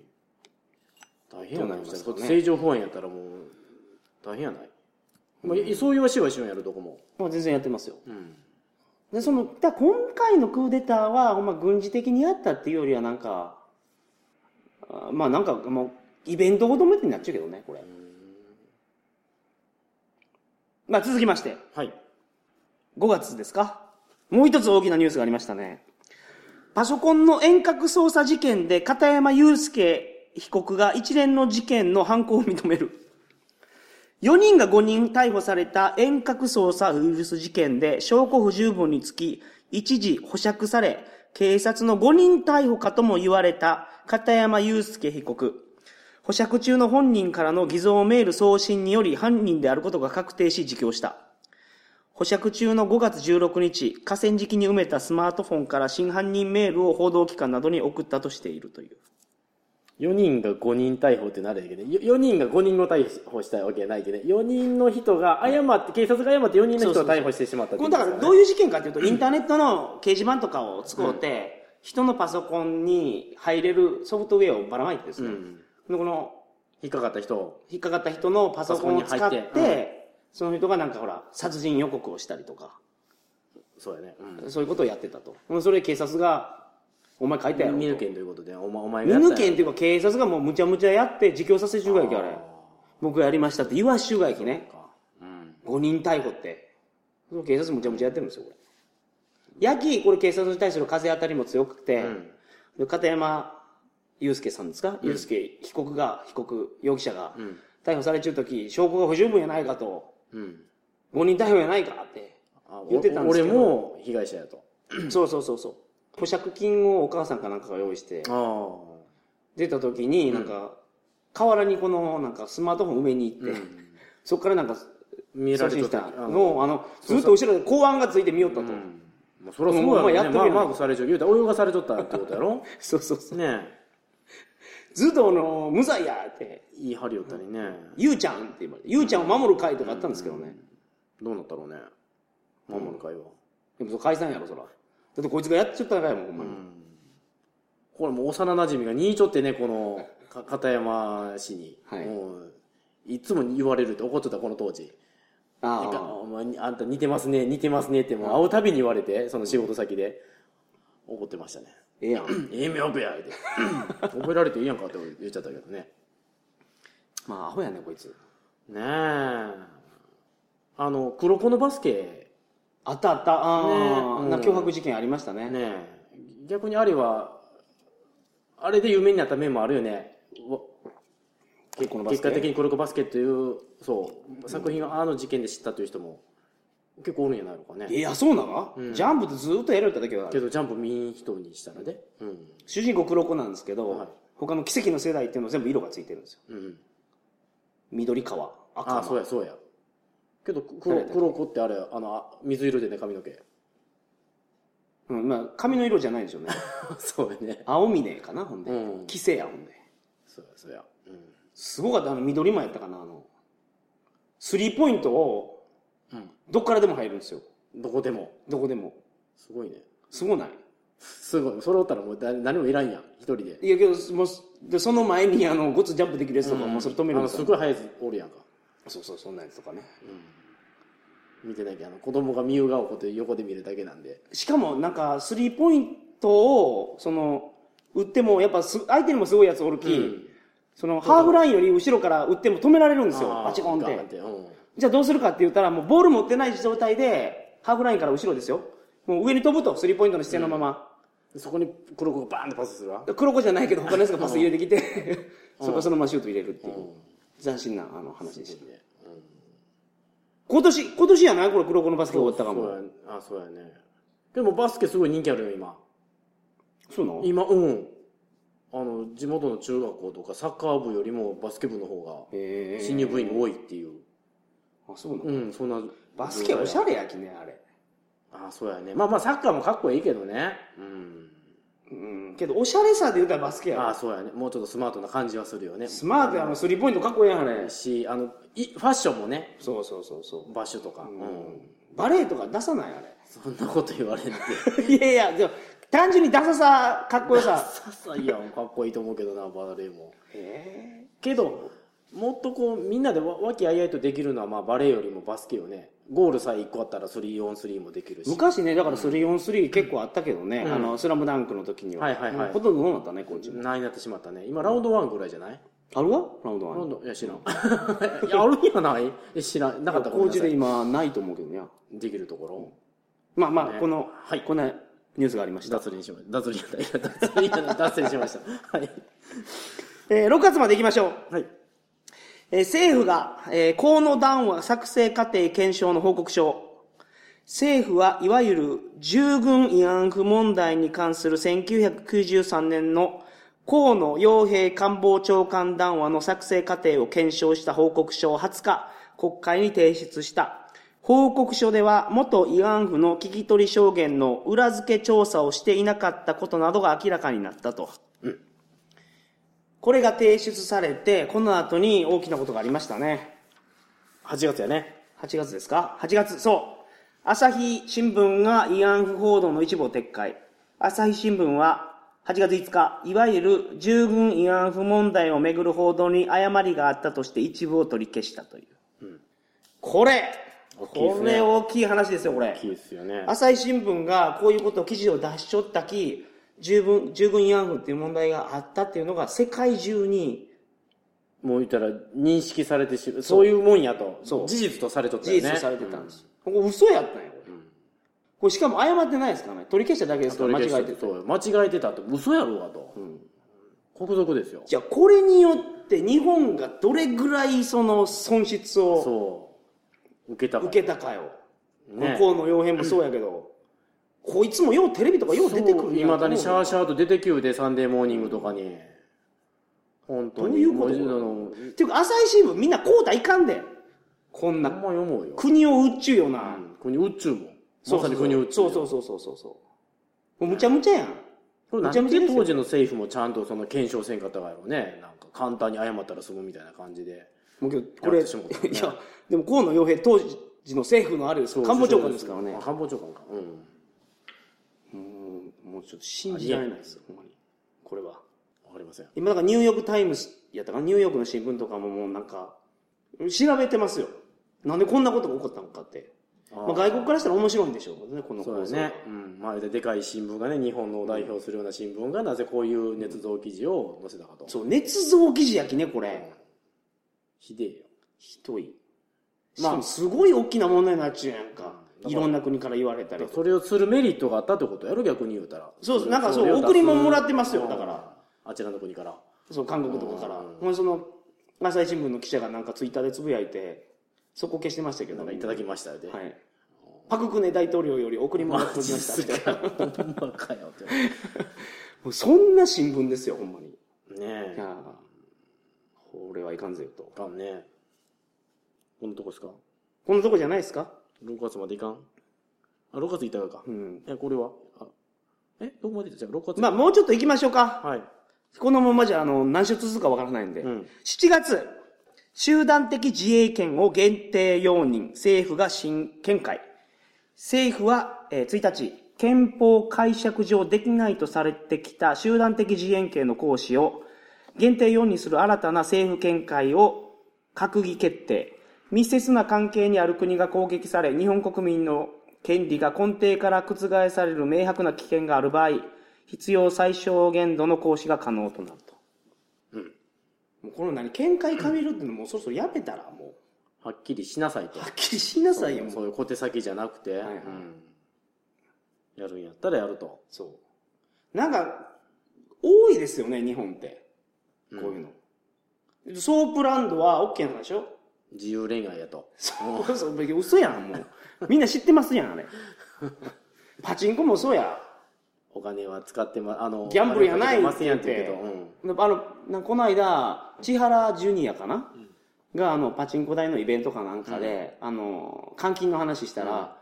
B: 大変や
A: どう
B: な
A: ないりますかね
B: これ正常不安やったらもう大変やない、まあ、いそういうわしはしよんやるどこも
A: まあ、全然やってますよ。
B: うん
A: で、その、だから今回のクーデターは、ほんま軍事的にやったっていうよりは、なんか、あまあ、なんかもう、イベントごとみたいになっちゃうけどね、これ。まあ、続きまして。
B: はい
A: 5月ですかもう一つ大きなニュースがありましたね。パソコンの遠隔操作事件で片山祐介被告が一連の事件の犯行を認める。4人が5人逮捕された遠隔操作ウイルス事件で証拠不十分につき一時保釈され、警察の5人逮捕かとも言われた片山祐介被告。保釈中の本人からの偽造メール送信により犯人であることが確定し自供した。保釈中の5月16日、河川敷に埋めたスマートフォンから真犯人メールを報道機関などに送ったとしているという。
B: 4人が5人逮捕ってなるやけど、ね、4人が5人を逮捕したわけやないけど、ね、4人の人が誤って警察が誤って4人の人を逮捕してしまったって
A: こ
B: い
A: れ
B: う
A: だからどういう事件かというと、インターネットの掲示板とかを使って、人のパソコンに入れるソフトウェアをばらまいてですね、
B: うん
A: でこの
B: 引っかかった人を
A: 引っかかった人のパソコンを使
B: パソコ
A: って
B: ンに入って
A: その人がなんかほら殺人予告をしたりとか
B: そうやね、うん
A: そういうことをやってたとほんでそれ警察が「お前書いたやろ」
B: 見
A: と
B: 抜けんということでお前お前
A: 見抜けん
B: ん
A: っていうか警察がもうむちゃむちゃやって自供させる収害あれ僕がやりましたって言わ収害機ね
B: うん
A: 5人逮捕ってその警察むちゃむちゃやってるんですよこれヤキこれ警察に対する風当たりも強くて、
B: うん
A: で片山祐介さんですか、祐介被告が被告容疑者が、
B: うん
A: 逮捕されちゅう時証拠が不十分やないかと
B: うん
A: 5人逮捕やないかって
B: あ
A: 言ってたんですけど
B: 俺も被害者やと
A: そうそうそうそう保釈金をお母さんかなんかが用意して
B: あ
A: 出た時になんか、河原にこのなんかスマートフォン埋めに行って、そこからなんか
B: 見られ
A: 送信
B: て
A: した
B: た
A: のをあのずっと後ろで公安がついて見よったと、
B: もうそりゃそうやろ、ね、
A: もうやっとるやん
B: まあマークされちゃう言うたら泳がされちゃったってこと やろ
A: そうそうそう
B: ねえ
A: ずっとあの無罪やって
B: 言い張りよったりね、
A: ゆうちゃんって言われてゆうちゃんを守る会とかあったんですけどね、
B: どうなったろうね守る会は、
A: でもそれ解散やろそらだってこいつがやっちゃったからやもんほんまに、
B: これもう幼馴染がにいちょってねこのか片山氏に、
A: はい
B: もういつも言われるって怒っとったこの当時
A: あ
B: なんか
A: あ
B: お前にあんた似てますね似てますねってもう会うたびに言われてその仕事先で怒ってましたね
A: ええやん
B: 「ええみょべや」って「覚えられて いいやんか」って言っちゃったけどね
A: まあアホやねこいつ
B: ねえあの黒子のバスケ
A: あったあったああ、
B: ね
A: な
B: うん
A: 脅迫事件ありましたね
B: ねえ逆にあれはあれで有名になった面もあるよねわ
A: 結構のバス
B: 結
A: ケ
B: 果的に「コルコバスケ」というそう作品をあの事件で知ったという人も結構おるんじゃないのかね
A: いやそうなの、ジャンプってずっとやられただけは
B: けどジャンプ見ん人にしたらねうん
A: 主人公黒子なんですけど、
B: はい
A: 他の奇跡の世代っていうのは全部色がついてるんですよ
B: うん
A: 緑川赤
B: ああそう
A: や
B: やそうやけどく
A: 誰や
B: 黒
A: ったっけ
B: 黒子ってあれあのあ水色でね髪の 毛
A: うんまあ髪の色じゃないでしょうね
B: そうやね
A: 青峰かなほんで
B: うん
A: 規制やほんで
B: そうやそうやうん
A: すごかったあの緑間やったかなあのスリーポイントを
B: うん
A: どっからでも入るんですよ
B: どこでも
A: どこでも
B: すごいね
A: すごない
B: すごいそれおったらもうだ何もいらんやん一人で
A: いやけどもうでその前にあのゴツジャンプできるやつとか、
B: うん
A: もうそれ止める
B: あ
A: んで
B: の
A: す
B: す
A: よ
B: ごい速いやつおるやんか
A: そうそうそんなやつとかね
B: 見てないけどあの子供が見ようがおこって横で見るだけなんで
A: しかもなんかスリーポイントをその打ってもやっぱす相手にもすごいやつおるき、
B: うん
A: そのハーフラインより後ろから打っても止められるんですよ
B: あー
A: バチコンっ
B: ガー
A: て
B: うん
A: じゃあどうするかって言ったらもうボール持ってない状態でハーフラインから後ろですよもう上に飛ぶとスリーポイントの姿勢のまま、
B: そこに黒子がバーンってパスするわ
A: 黒子じゃないけど他のやつがパス入れてきてそこそのままシュート入れるっていう、斬新なあの話でした今年今年やないこれ黒子のバスケ終わったかも
B: そうやあそうやねでもバスケすごい人気あるよ今
A: そうなの
B: 今うんあの地元の中学校とかサッカー部よりもバスケ部の方
A: へ
B: が
A: え
B: 新入部員が多いっていう、
A: あそうなの、
B: うんそんな
A: バスケおしゃれやきねあれ
B: あそうやねまあまあサッカーもかっこいいけどねうん
A: うんけどおしゃれさで言うたらバスケやろ
B: あそうやねもうちょっとスマートな感じはするよね
A: スマートやのスリーポイントかっこいいやんあれ
B: しあのいファッションもね
A: そうそうそうそ
B: バッシュとか、
A: う、
B: うん
A: バレエとか出さないあれ
B: そんなこと言われて
A: いやいやでも単純にダサさかっこよさ
B: ささいやんかっこいいと思うけどなバレエも
A: へ
B: けどもっとこうみんなでわ和気あいあいとできるのは、まあ、バレーよりもバスケよねゴールさえ1個あったら 3on3 もできる
A: え
B: し
A: 昔ねだから 3on3 結構あったけどね「
B: うん
A: あのスラムダンクの時には,、
B: はいはいはい
A: ほとんどどうなったねこっちも
B: ないなってしまったね今ラウンド1ぐらいじゃない
A: あるわラウンド
B: ラ
A: ワ
B: ウン
A: ン
B: ドいや知らん いやあるんやないえ知らんなかったらご
A: 高
B: めんな
A: 知
B: さ
A: で
B: い
A: 今ないと思うけどね
B: できるところ
A: まあまあ、この、
B: はい
A: こんなニュースがありました
B: 脱輪しました脱輪やったいや脱輪やった脱線しました はい
A: えー6月まで行きましょう
B: はい
A: えー政府が、えー、河野談話作成過程検証の報告書。政府はいわゆる従軍慰安婦問題に関する1993年の河野洋平官房長官談話の作成過程を検証した報告書を20日国会に提出した。報告書では元慰安婦の聞き取り証言の裏付け調査をしていなかったことなどが明らかになったと。これが提出されて、この後に大きなことがありましたね。
B: 8月やね
A: 8月ですか ?8 月、そう。朝日新聞が慰安婦報道の一部を撤回。朝日新聞は、8月5日、いわゆる従軍慰安婦問題をめぐる報道に誤りがあったとして一部を取り消したという。これ
B: 大きいです
A: こ
B: ね
A: れ大きい話ですよ、これ
B: 大。きいですよね。
A: 朝日新聞がこういうことを記事を出しちょったき、十分、従軍慰安婦っていう問題があったっていうのが世界中に
B: もう言ったら認識されてしまう。そういうもんやと。
A: そう
B: 事実とされとった
A: 事
B: よね。
A: 実とされてたんです。ここ嘘やったんや、これ。これしかも謝ってないですからね。取り消しただけです
B: う
A: か
B: ん。
A: ら、間
B: 間
A: 違
B: 違
A: え
B: え
A: て
B: て
A: た
B: た。。間違えてたって嘘やろうがと。国賊ですよ。
A: じゃあ、これによって日本がどれぐらいその損失を
B: そう。受けたから
A: 受けたかよ。
B: ね
A: 向こうの傭兵もそうやけど、こいつもようテレビとかよう出てくる
B: い
A: やん
B: まだにシャーシャーと出てきゅうで、サンデーモーニングとかに。本当に。
A: どういうこと
B: もう
A: っていうか、朝日新聞みんなこうだいかんで。こんな。
B: あの、ほんま読もうよ。
A: 国を売っちゅうよな。
B: うん国宇宙も。
A: そ
B: ま
A: うそ
B: さ
A: う
B: に
A: そう
B: 国宇宙。
A: そうそうそうそうそうそうもうむちゃむちゃやん
B: これなん
A: めちゃめちゃ
B: で
A: ですよ
B: 当時の政府もちゃんとその検証せんかったかやろうね。なんか簡単に謝ったら済むみたいな感じで。
A: もう今日これ、
B: やってしまったね
A: いやでも河野洋平当時の政府のある官房長官ですからね
B: あ官房長官か。うん。
A: もうちょっと信じられないですよほんまにこれは
B: わかりません。
A: 今だからニューヨーク・タイムズやったかなニューヨークの新聞とかももうなんか調べてますよなんでこんなことが起こったのかってまあ、外国からしたら面白いんでしょうけどねこの
B: そう
A: 構
B: で
A: 造
B: すね。うん。まあ、でかい新聞がね、日本の代表するような新聞がなぜこういう捏造記事を載せたかと。
A: そう捏造記事やきねこれ
B: ひでえよ。
A: ひどい
B: まあ
A: まあすごい大きな問題になっちゅうやんか
B: うん
A: いろんな国から言われたりとか
B: それをするメリットがあったってことやろ逆に言うたら
A: そうそうなんかそう
B: れを出す
A: 贈り物もらってますよだから
B: あちらの国から
A: そう韓国とかから
B: うん
A: ほんでその朝日新聞の記者がなんかツイッターでつぶやいてそこ消してましたけ
B: な
A: ど
B: んかいただきましたよで、
A: は、いパククネ大統領より贈り物 が届きましたみたいな
B: ほんまかよって
A: もうそんな新聞ですよほんまに
B: ね
A: い
B: え
A: やあこれはいかんぜよと
B: いかんねこのとこですか
A: このとこじゃないですか
B: 6月までいかんあ6月いったかか、
A: うん
B: えこれはあえどこまでじゃあ6月
A: まあもうちょっと行きましょうか
B: はい、
A: このままじゃあの何週続くかわからないんで
B: うん、
A: 7月集団的自衛権を限定容認政府が新見解政府は、えー1日憲法解釈上できないとされてきた集団的自衛権の行使を限定容認する新たな政府見解を閣議決定密接な関係にある国が攻撃され日本国民の権利が根底から覆される明白な危険がある場合必要最小限度の行使が可能となるともうこの何見解かびるってのもうそろそろやめたらも
B: はっきりしなさいと
A: うはっきりしなさいよもう
B: そういう小手先じゃなくて、
A: はいはい
B: うんやるんやったらやると
A: そうなんか多いですよね日本ってこういうの、ソープランドは OK なんでしょ
B: 自由恋愛やと
A: そうそう別に嘘やんもうみんな知ってますやんあ れパチンコもそうや
B: お金は使ってまあの
A: ギャンブルやない
B: お金はかけてませんやんって言うけど、うん
A: あのなんかこの間千原ジュニアかな、があのパチンコ台のイベントかなんかで、あの監禁の話したら、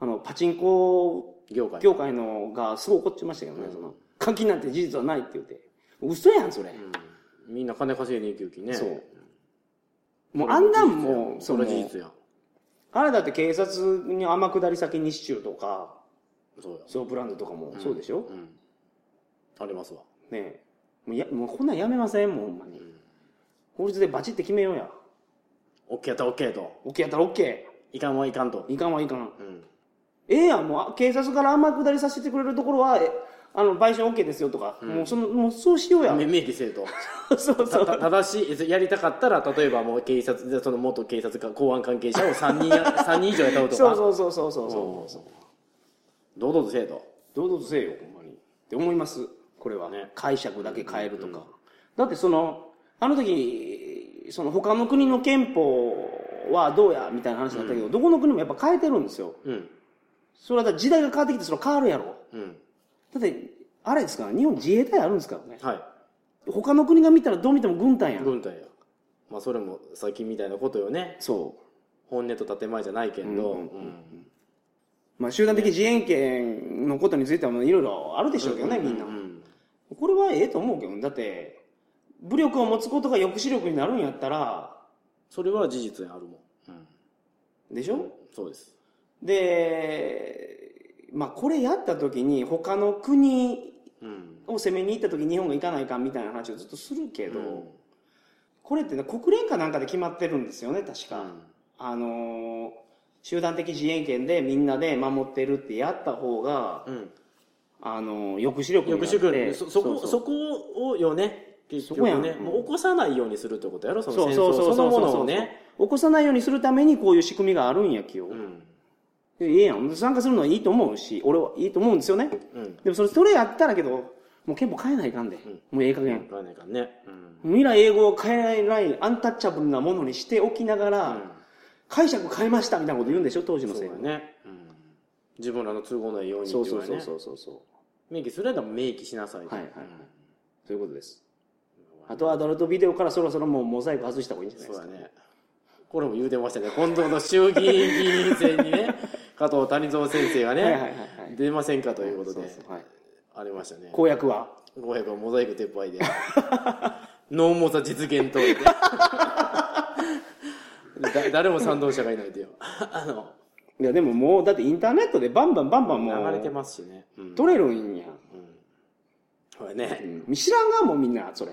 A: あのパチンコ
B: 業界
A: 業界のがすごい怒ってましたけどね、
B: うん
A: その監禁なんて事実はないって言って嘘やんそれ、
B: うんみんな金稼いでいきゆきね
A: そうもうあんなんもう
B: そ
A: そ
B: れ
A: の
B: は事実やん
A: あれだって警察に天下り先にしちゅうとか
B: そうや
A: そうブランドとかもそうでしょ、
B: うんありますわ
A: ねえもうやもうこんなんやめませんもうほんまに、法律でバチって決めようや
B: OK やったら OK と
A: OK やったら OK
B: いかんはいかんと
A: いかんはいかん
B: うん
A: ええやんもうあ警察から天下りさせてくれるところはえあの賠償 OK ですよとか、もうそのもうそうしようや
B: 明記せえと
A: そうそ
B: た
A: う
B: た正しいやりたかったら例えばもう警察でその元警察か公安関係者を3人や三人以上やったとか
A: そうそうそうそうそうそう
B: うん堂々とせえと
A: 堂々とせえよほんまにって思いますこれは、
B: ね
A: 解釈だけ変えるとか、だってそのあの時その他の国の憲法はどうやみたいな話だったけど、どこの国もやっぱ変えてるんですよ
B: うん
A: それはだから時代が変わってきてそれは変わるやろ
B: うん
A: だってあれですから日本自衛隊あるんですからね
B: はい
A: 他の国が見たらどう見ても軍隊やん、
B: 軍隊やまあそれも最近みたいなことよね
A: そ
B: 本音と建前じゃないけど
A: うん
B: うん
A: う、まあ、集団的自衛権のことについてはまあいろいろあるでしょうけどね、みんな、
B: うん
A: これはええと思うけどだって武力を持つことが抑止力になるんやったら
B: それは事実にあるもん、うん
A: でしょ、
B: そうです
A: で、まあ、これやった時に他の国
B: うん
A: を攻めに行った時に日本が行かないかんみたいな話をずっとするけど、
B: うん
A: これってね国連かなんかで決まってるんですよね確か、
B: うん
A: あのー集団的自衛権でみんなで守ってるってやった方が、
B: うん
A: あのー抑止力になっ
B: 抑
A: て
B: 止力そそこ
A: うう
B: そこをよね結
A: そこ
B: 局
A: やん
B: ね、
A: うん
B: もう起こさないようにするってことやろその
A: そう
B: 戦
A: そう
B: 争
A: そう
B: そ
A: そ
B: の
A: うそ
B: も
A: う
B: のをね
A: 起こさないようにするためにこういう仕組みがあるんやきよ、
B: うん
A: でいいやん参加するのはいいと思うし俺はいいと思うんですよね
B: うん
A: でもそれそれやったらけどもう憲法変えないかんで、
B: ん
A: もうええ加
B: わ
A: 減、
B: かんないからねうん
A: 未来英語を変えないアンタッチャブルなものにしておきながら、解釈変えましたみたいなこと言うんでしょ当時の
B: そう
A: 政
B: や
A: 府
B: ねうん自分らの都合のいいようにって
A: そ
B: いうう
A: そう
B: のは
A: そう
B: ね
A: そうそうそう
B: 明記するやったら明記しなさいと
A: はいはいはいそういうことですあとはアダルトビデオからそろそろもうモザイク外した方がいいんじゃない
B: そ
A: で
B: う
A: す
B: だ
A: か
B: ね。これも言うてましたね。今度の衆議院議員選に ね、加藤谷蔵先生がね、
A: はいはいはいはい
B: 出ませんかということで、
A: そうそうはい
B: ありましたね。
A: 公約は
B: 500はモザイク撤廃 で、ノーモザ実現と言ってだ誰も賛同者がいないという。あの、
A: いやでももうだってインターネットでバンバンバンバンも
B: 流れて
A: う
B: ますしね。うん
A: 取れるんや、
B: これね、
A: うん知らんがもうみんなそれ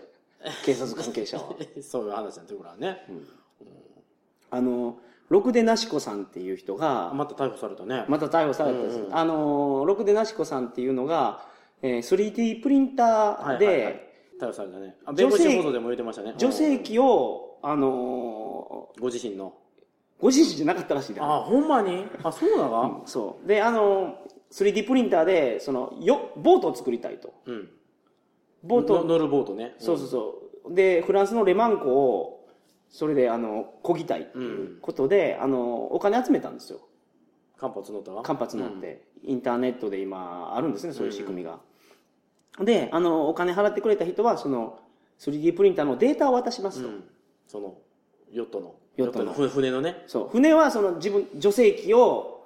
A: 警察関係者 は
B: そういう話のところはね、
A: あのろくでなしこさんっていう人
B: あ
A: が
B: また逮捕されたね。
A: また逮捕されたんです、あのろくでなしこさんっていうのが、えー 3D プリンターで、
B: はいはいはい逮捕されたね。あ弁護士報道でも言ってましたね。
A: 女性器を、あの
B: うんご自身の。
A: ーご自身じゃなかったらしいな。
B: あ、ほんまにあ、そうなが
A: そう。で、あのー 3D プリンターで、その、よ、ボートを作りたいと。
B: うん。
A: ボー
B: の
A: ト、
B: 乗るボートね。
A: そうそうそう。で、フランスのレマン湖を、それで、あの、こぎたいっていうことで、あの、お金集めたんですよ。
B: 間髪乗ったわ。
A: 間髪乗って、インターネットで今あるんですねそういう仕組みが、であのお金払ってくれた人はその 3D プリンターのデータを渡します
B: う
A: と、
B: ん。その、ヨットの。
A: ヨットの
B: ふ船のね、
A: そう船はその自分女性器を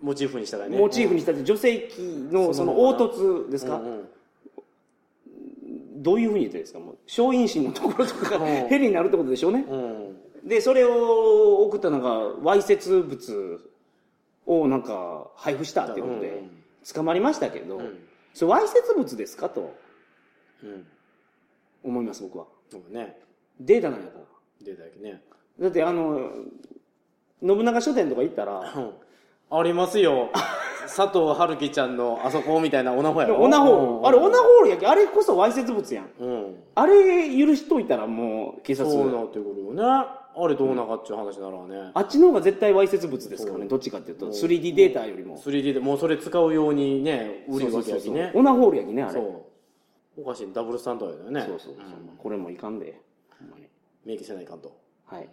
B: モチーフにしたからね。
A: モチーフにしたって女性器のそ
B: そ
A: の
B: の
A: 凹凸です
B: うんう
A: か、
B: ん
A: どういうふうに言ってるんですかもう小陰唇のところとか
B: うん
A: ヘリになるってことでしょうね
B: うん。うん。
A: でそれを送ったのがわいせつ物をなんか配布したっていうこと
B: う
A: で
B: ん
A: 捕まりましたけど、
B: ん
A: それわいせつ物ですかと
B: うん。
A: 思います僕は
B: そうね。
A: データなんやから
B: 出ただけね。
A: だってあの信長書店とか行ったら
B: うん。ありま すよ。佐藤春樹ちゃんのあそこみたいなオナホやろ。
A: オナホー
B: うん
A: ルあれオナホールやけあれこそわいせつ物やん
B: うん。
A: あれ許しといたらもう警察
B: そうなってくるよね。あれどうなかっちゅう話ならね。
A: あっちの方が絶対わいせつ物ですから
B: そ
A: ね
B: う
A: どっちかっていうと
B: うん
A: 3D データよりも
B: 3D でもうそれ使うようにね、売るわけやきね。
A: オナホールやきねあれ
B: そう。おかしい、ダブルスタンダードやね。
A: そうそうそう
B: うん
A: これもいかんでほんまに
B: 明記せないかんと。
A: はい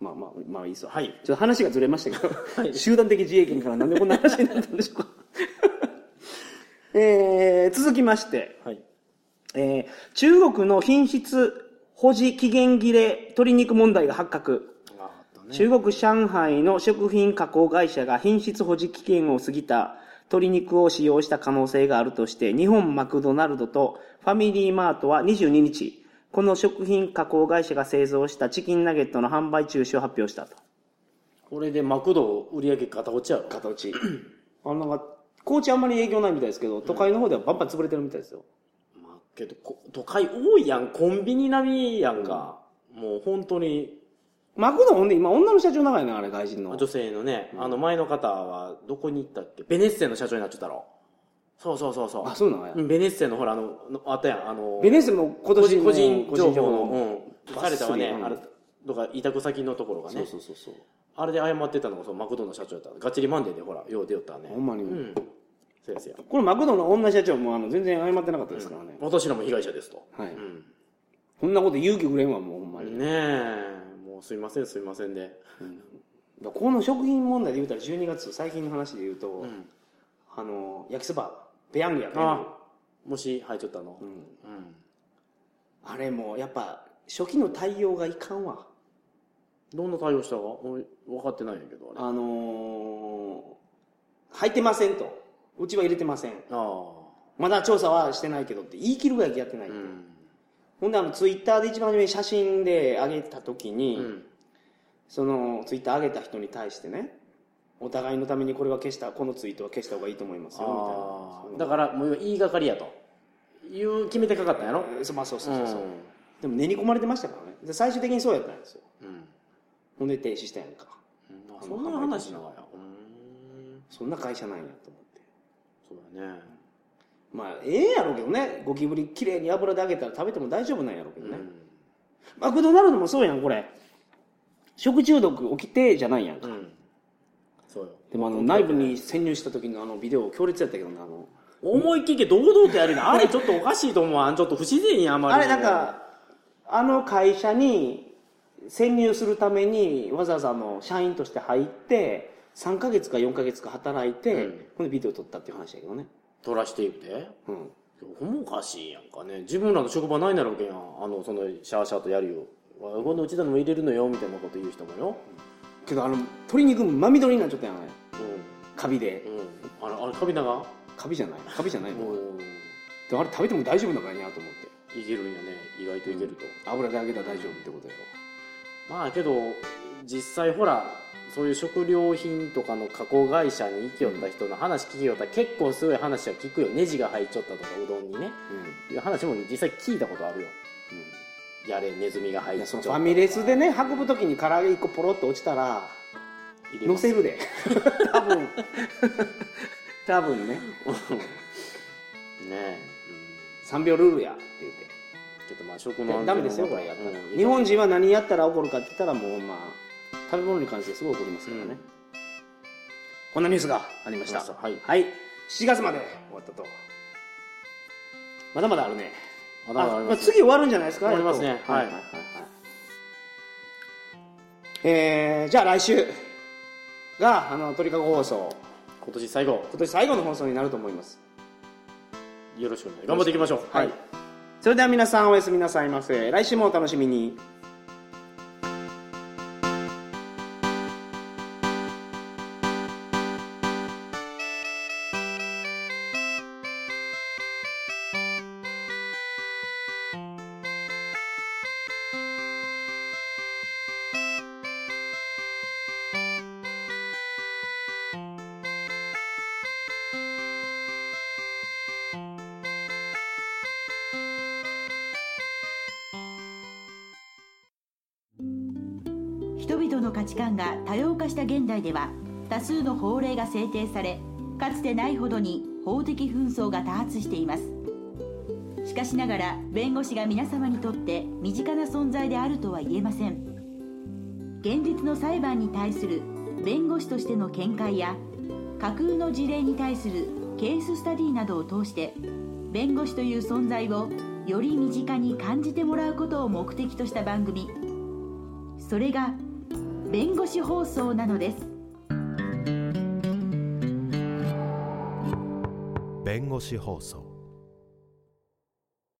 A: まあまあまあいいっすわ
B: はい。
A: ちょっと話がずれましたけど、
B: はい
A: 集団的自衛権からなんでこんな話になったんでしょうかえー続きまして
B: はい。
A: えー中国の品質保持期限切れ鶏肉問題が発覚。
B: あったね。
A: 中国上海の食品加工会社が品質保持期限を過ぎた鶏肉を使用した可能性があるとして、日本マクドナルドとファミリーマートは22日、この食品加工会社が製造したチキンナゲットの販売中止を発表したと。
B: これでマクド売り上げガタ落ちやろ。
A: 片打ち。あの、なんか、高知あんまり営業ないみたいですけど、都会の方ではバンバン潰れてるみたいですよ。
B: まあ、けどこ、都会多いやん。コンビニ並みやんか。もう本当に、
A: マクドほんで今女の社長長いな、あれ外人の。
B: 女性のね、あの前の方はどこに行ったっけベネッセの社長になっちゃったろ。そうそうそうそう。
A: あ、そうなのや。
B: うんベネッセのほら、あの、のあったやん。あの、
A: ベネッセも今
B: 個
A: 年
B: 人
A: の
B: 個人
A: 個
B: 情
A: 人
B: 報
A: 情
B: の、
A: 報
B: うん。彼らはね、
A: うん
B: あれ、とか委託先のところがね。
A: そうそうそうそう。
B: あれで謝ってたのがそのマクドの社長やったガチリマンデーでほらよう出よったね
A: ほんまに
B: うんそうですよ
A: これマクドの女社長もあの全然謝ってなかったですからね。
B: 私らも被害者ですと、
A: はい。
B: うん
A: こんなこと勇気くれんわ、もうほんまに。
B: ねえもうすいませんすいませんで、
A: だからこの食品問題で言うたら12月、最近の話で言うと、
B: ん
A: あの、焼きそば、ペヤングやね。
B: あもし入っちゃったの
A: うん
B: うん
A: あれもやっぱ初期の対応がいかんわ。
B: どんな対応したか俺分かってないんやけどあれあ
A: あのー、入ってませんと。うちは入れてません。
B: あ
A: まだ調査はしてないけどって言い切るぐらいやってない。
B: うん
A: ほんであの、ツイッターで一番初めに写真で上げた時に、
B: うん
A: そのツイッター上げた人に対してね、お互いのためにこれは消したこのツイートは消した方がいいと思いますよ
B: あ
A: み
B: ー
A: たい
B: だ
A: な
B: からもう言いがかりやという決めてかかったんやろ、
A: えーそうまあそうそううんそうそう、でも練り込まれてましたからねで最終的にそうやったんですよ
B: うん
A: ほんで停止したやんか
B: うんあそんな話ながらうーん
A: そんな会社なんやと思って
B: そうだね
A: まあええやろうけどねゴキブリ綺麗に油で揚げたら食べても大丈夫なんやろうけどね、マクドナルドもそうやんこれ食中毒起きてじゃないやんか、
B: うん、うん、そうよ
A: でもあの内部に潜入した時のあのビデオ強烈やったけどなあの
B: 思いっきり堂々とやるなあれちょっとおかしいと思うあんちょっと不自然やあんまり
A: あれなんかあの会社に潜入するためにわざわざあの社員として入って3ヶ月か4ヶ月か働いて、
B: うん
A: ほんでビデオ撮ったっていう話やけどね、
B: 取らしていくで
A: うん、
B: ほんまおかしいやんかね自分らの職場ないなろうけんやんあのそのシャーシャーとやるよわこのうちでも入れるのよみたいなこと言う人もよ
A: けどあの鶏肉真緑になっちゃったやんあれ
B: う
A: カビで
B: んうんあれあれカビナがも
A: カビじゃないカビじゃないうのであれ食べても大丈夫なのかいなと思って
B: いけるんやね意外といけると、
A: 油で揚げたら大丈夫ってことやろ
B: まあけど実際ほらそういう食料品とかの加工会社に行きよった人の話聞きよったら結構すごい話は聞くよネジが入っちゃったとかうどんにねいう話も実際聞いたことあるよ
A: うん、うん
B: やれネズミが入
A: い
B: っ
A: や
B: ち
A: その
B: ゃっ
A: フ
B: た
A: ァミレスでね運ぶ時に唐揚げ1個ポロッと落ちたら
B: 入れま
A: 乗
B: す
A: せ るで多分多分ね
B: ねえ、
A: 3秒ルールやって言って
B: うん、ちょっとまあ食
A: い
B: の
A: やダメですよこれやった
B: ら、
A: 日本人は何やったら怒るかって言ったらもうまあ食べ物に関してすごい怒りますからね、
B: うん
A: こんなニュースがありました
B: ありましたはい
A: 7月まで終わったとまだまだあるね
B: まだまだあ
A: あ
B: り
A: ま
B: ま
A: あ
B: す
A: 次終わるんじゃないですか
B: 終わりますね
A: やっと
B: はい
A: えーじゃあ来週があの鳥かご放送
B: 今年最後
A: 今年最後の放送になると思います
B: よろしくお願い頑張っていきましょう
A: はい、それでは皆さんおやすみなさいませ来週もお楽しみに
C: 人々の価値観が多様化した現代では多数の法令が制定されかつてないほどに法的紛争が多発していますしかしながら弁護士が皆様にとって身近な存在であるとは言えません現実の裁判に対する弁護士としての見解や架空の事例に対するケーススタディなどを通して弁護士という存在をより身近に感じてもらうことを目的とした番組それが弁護士放送なのです
D: 弁護士放送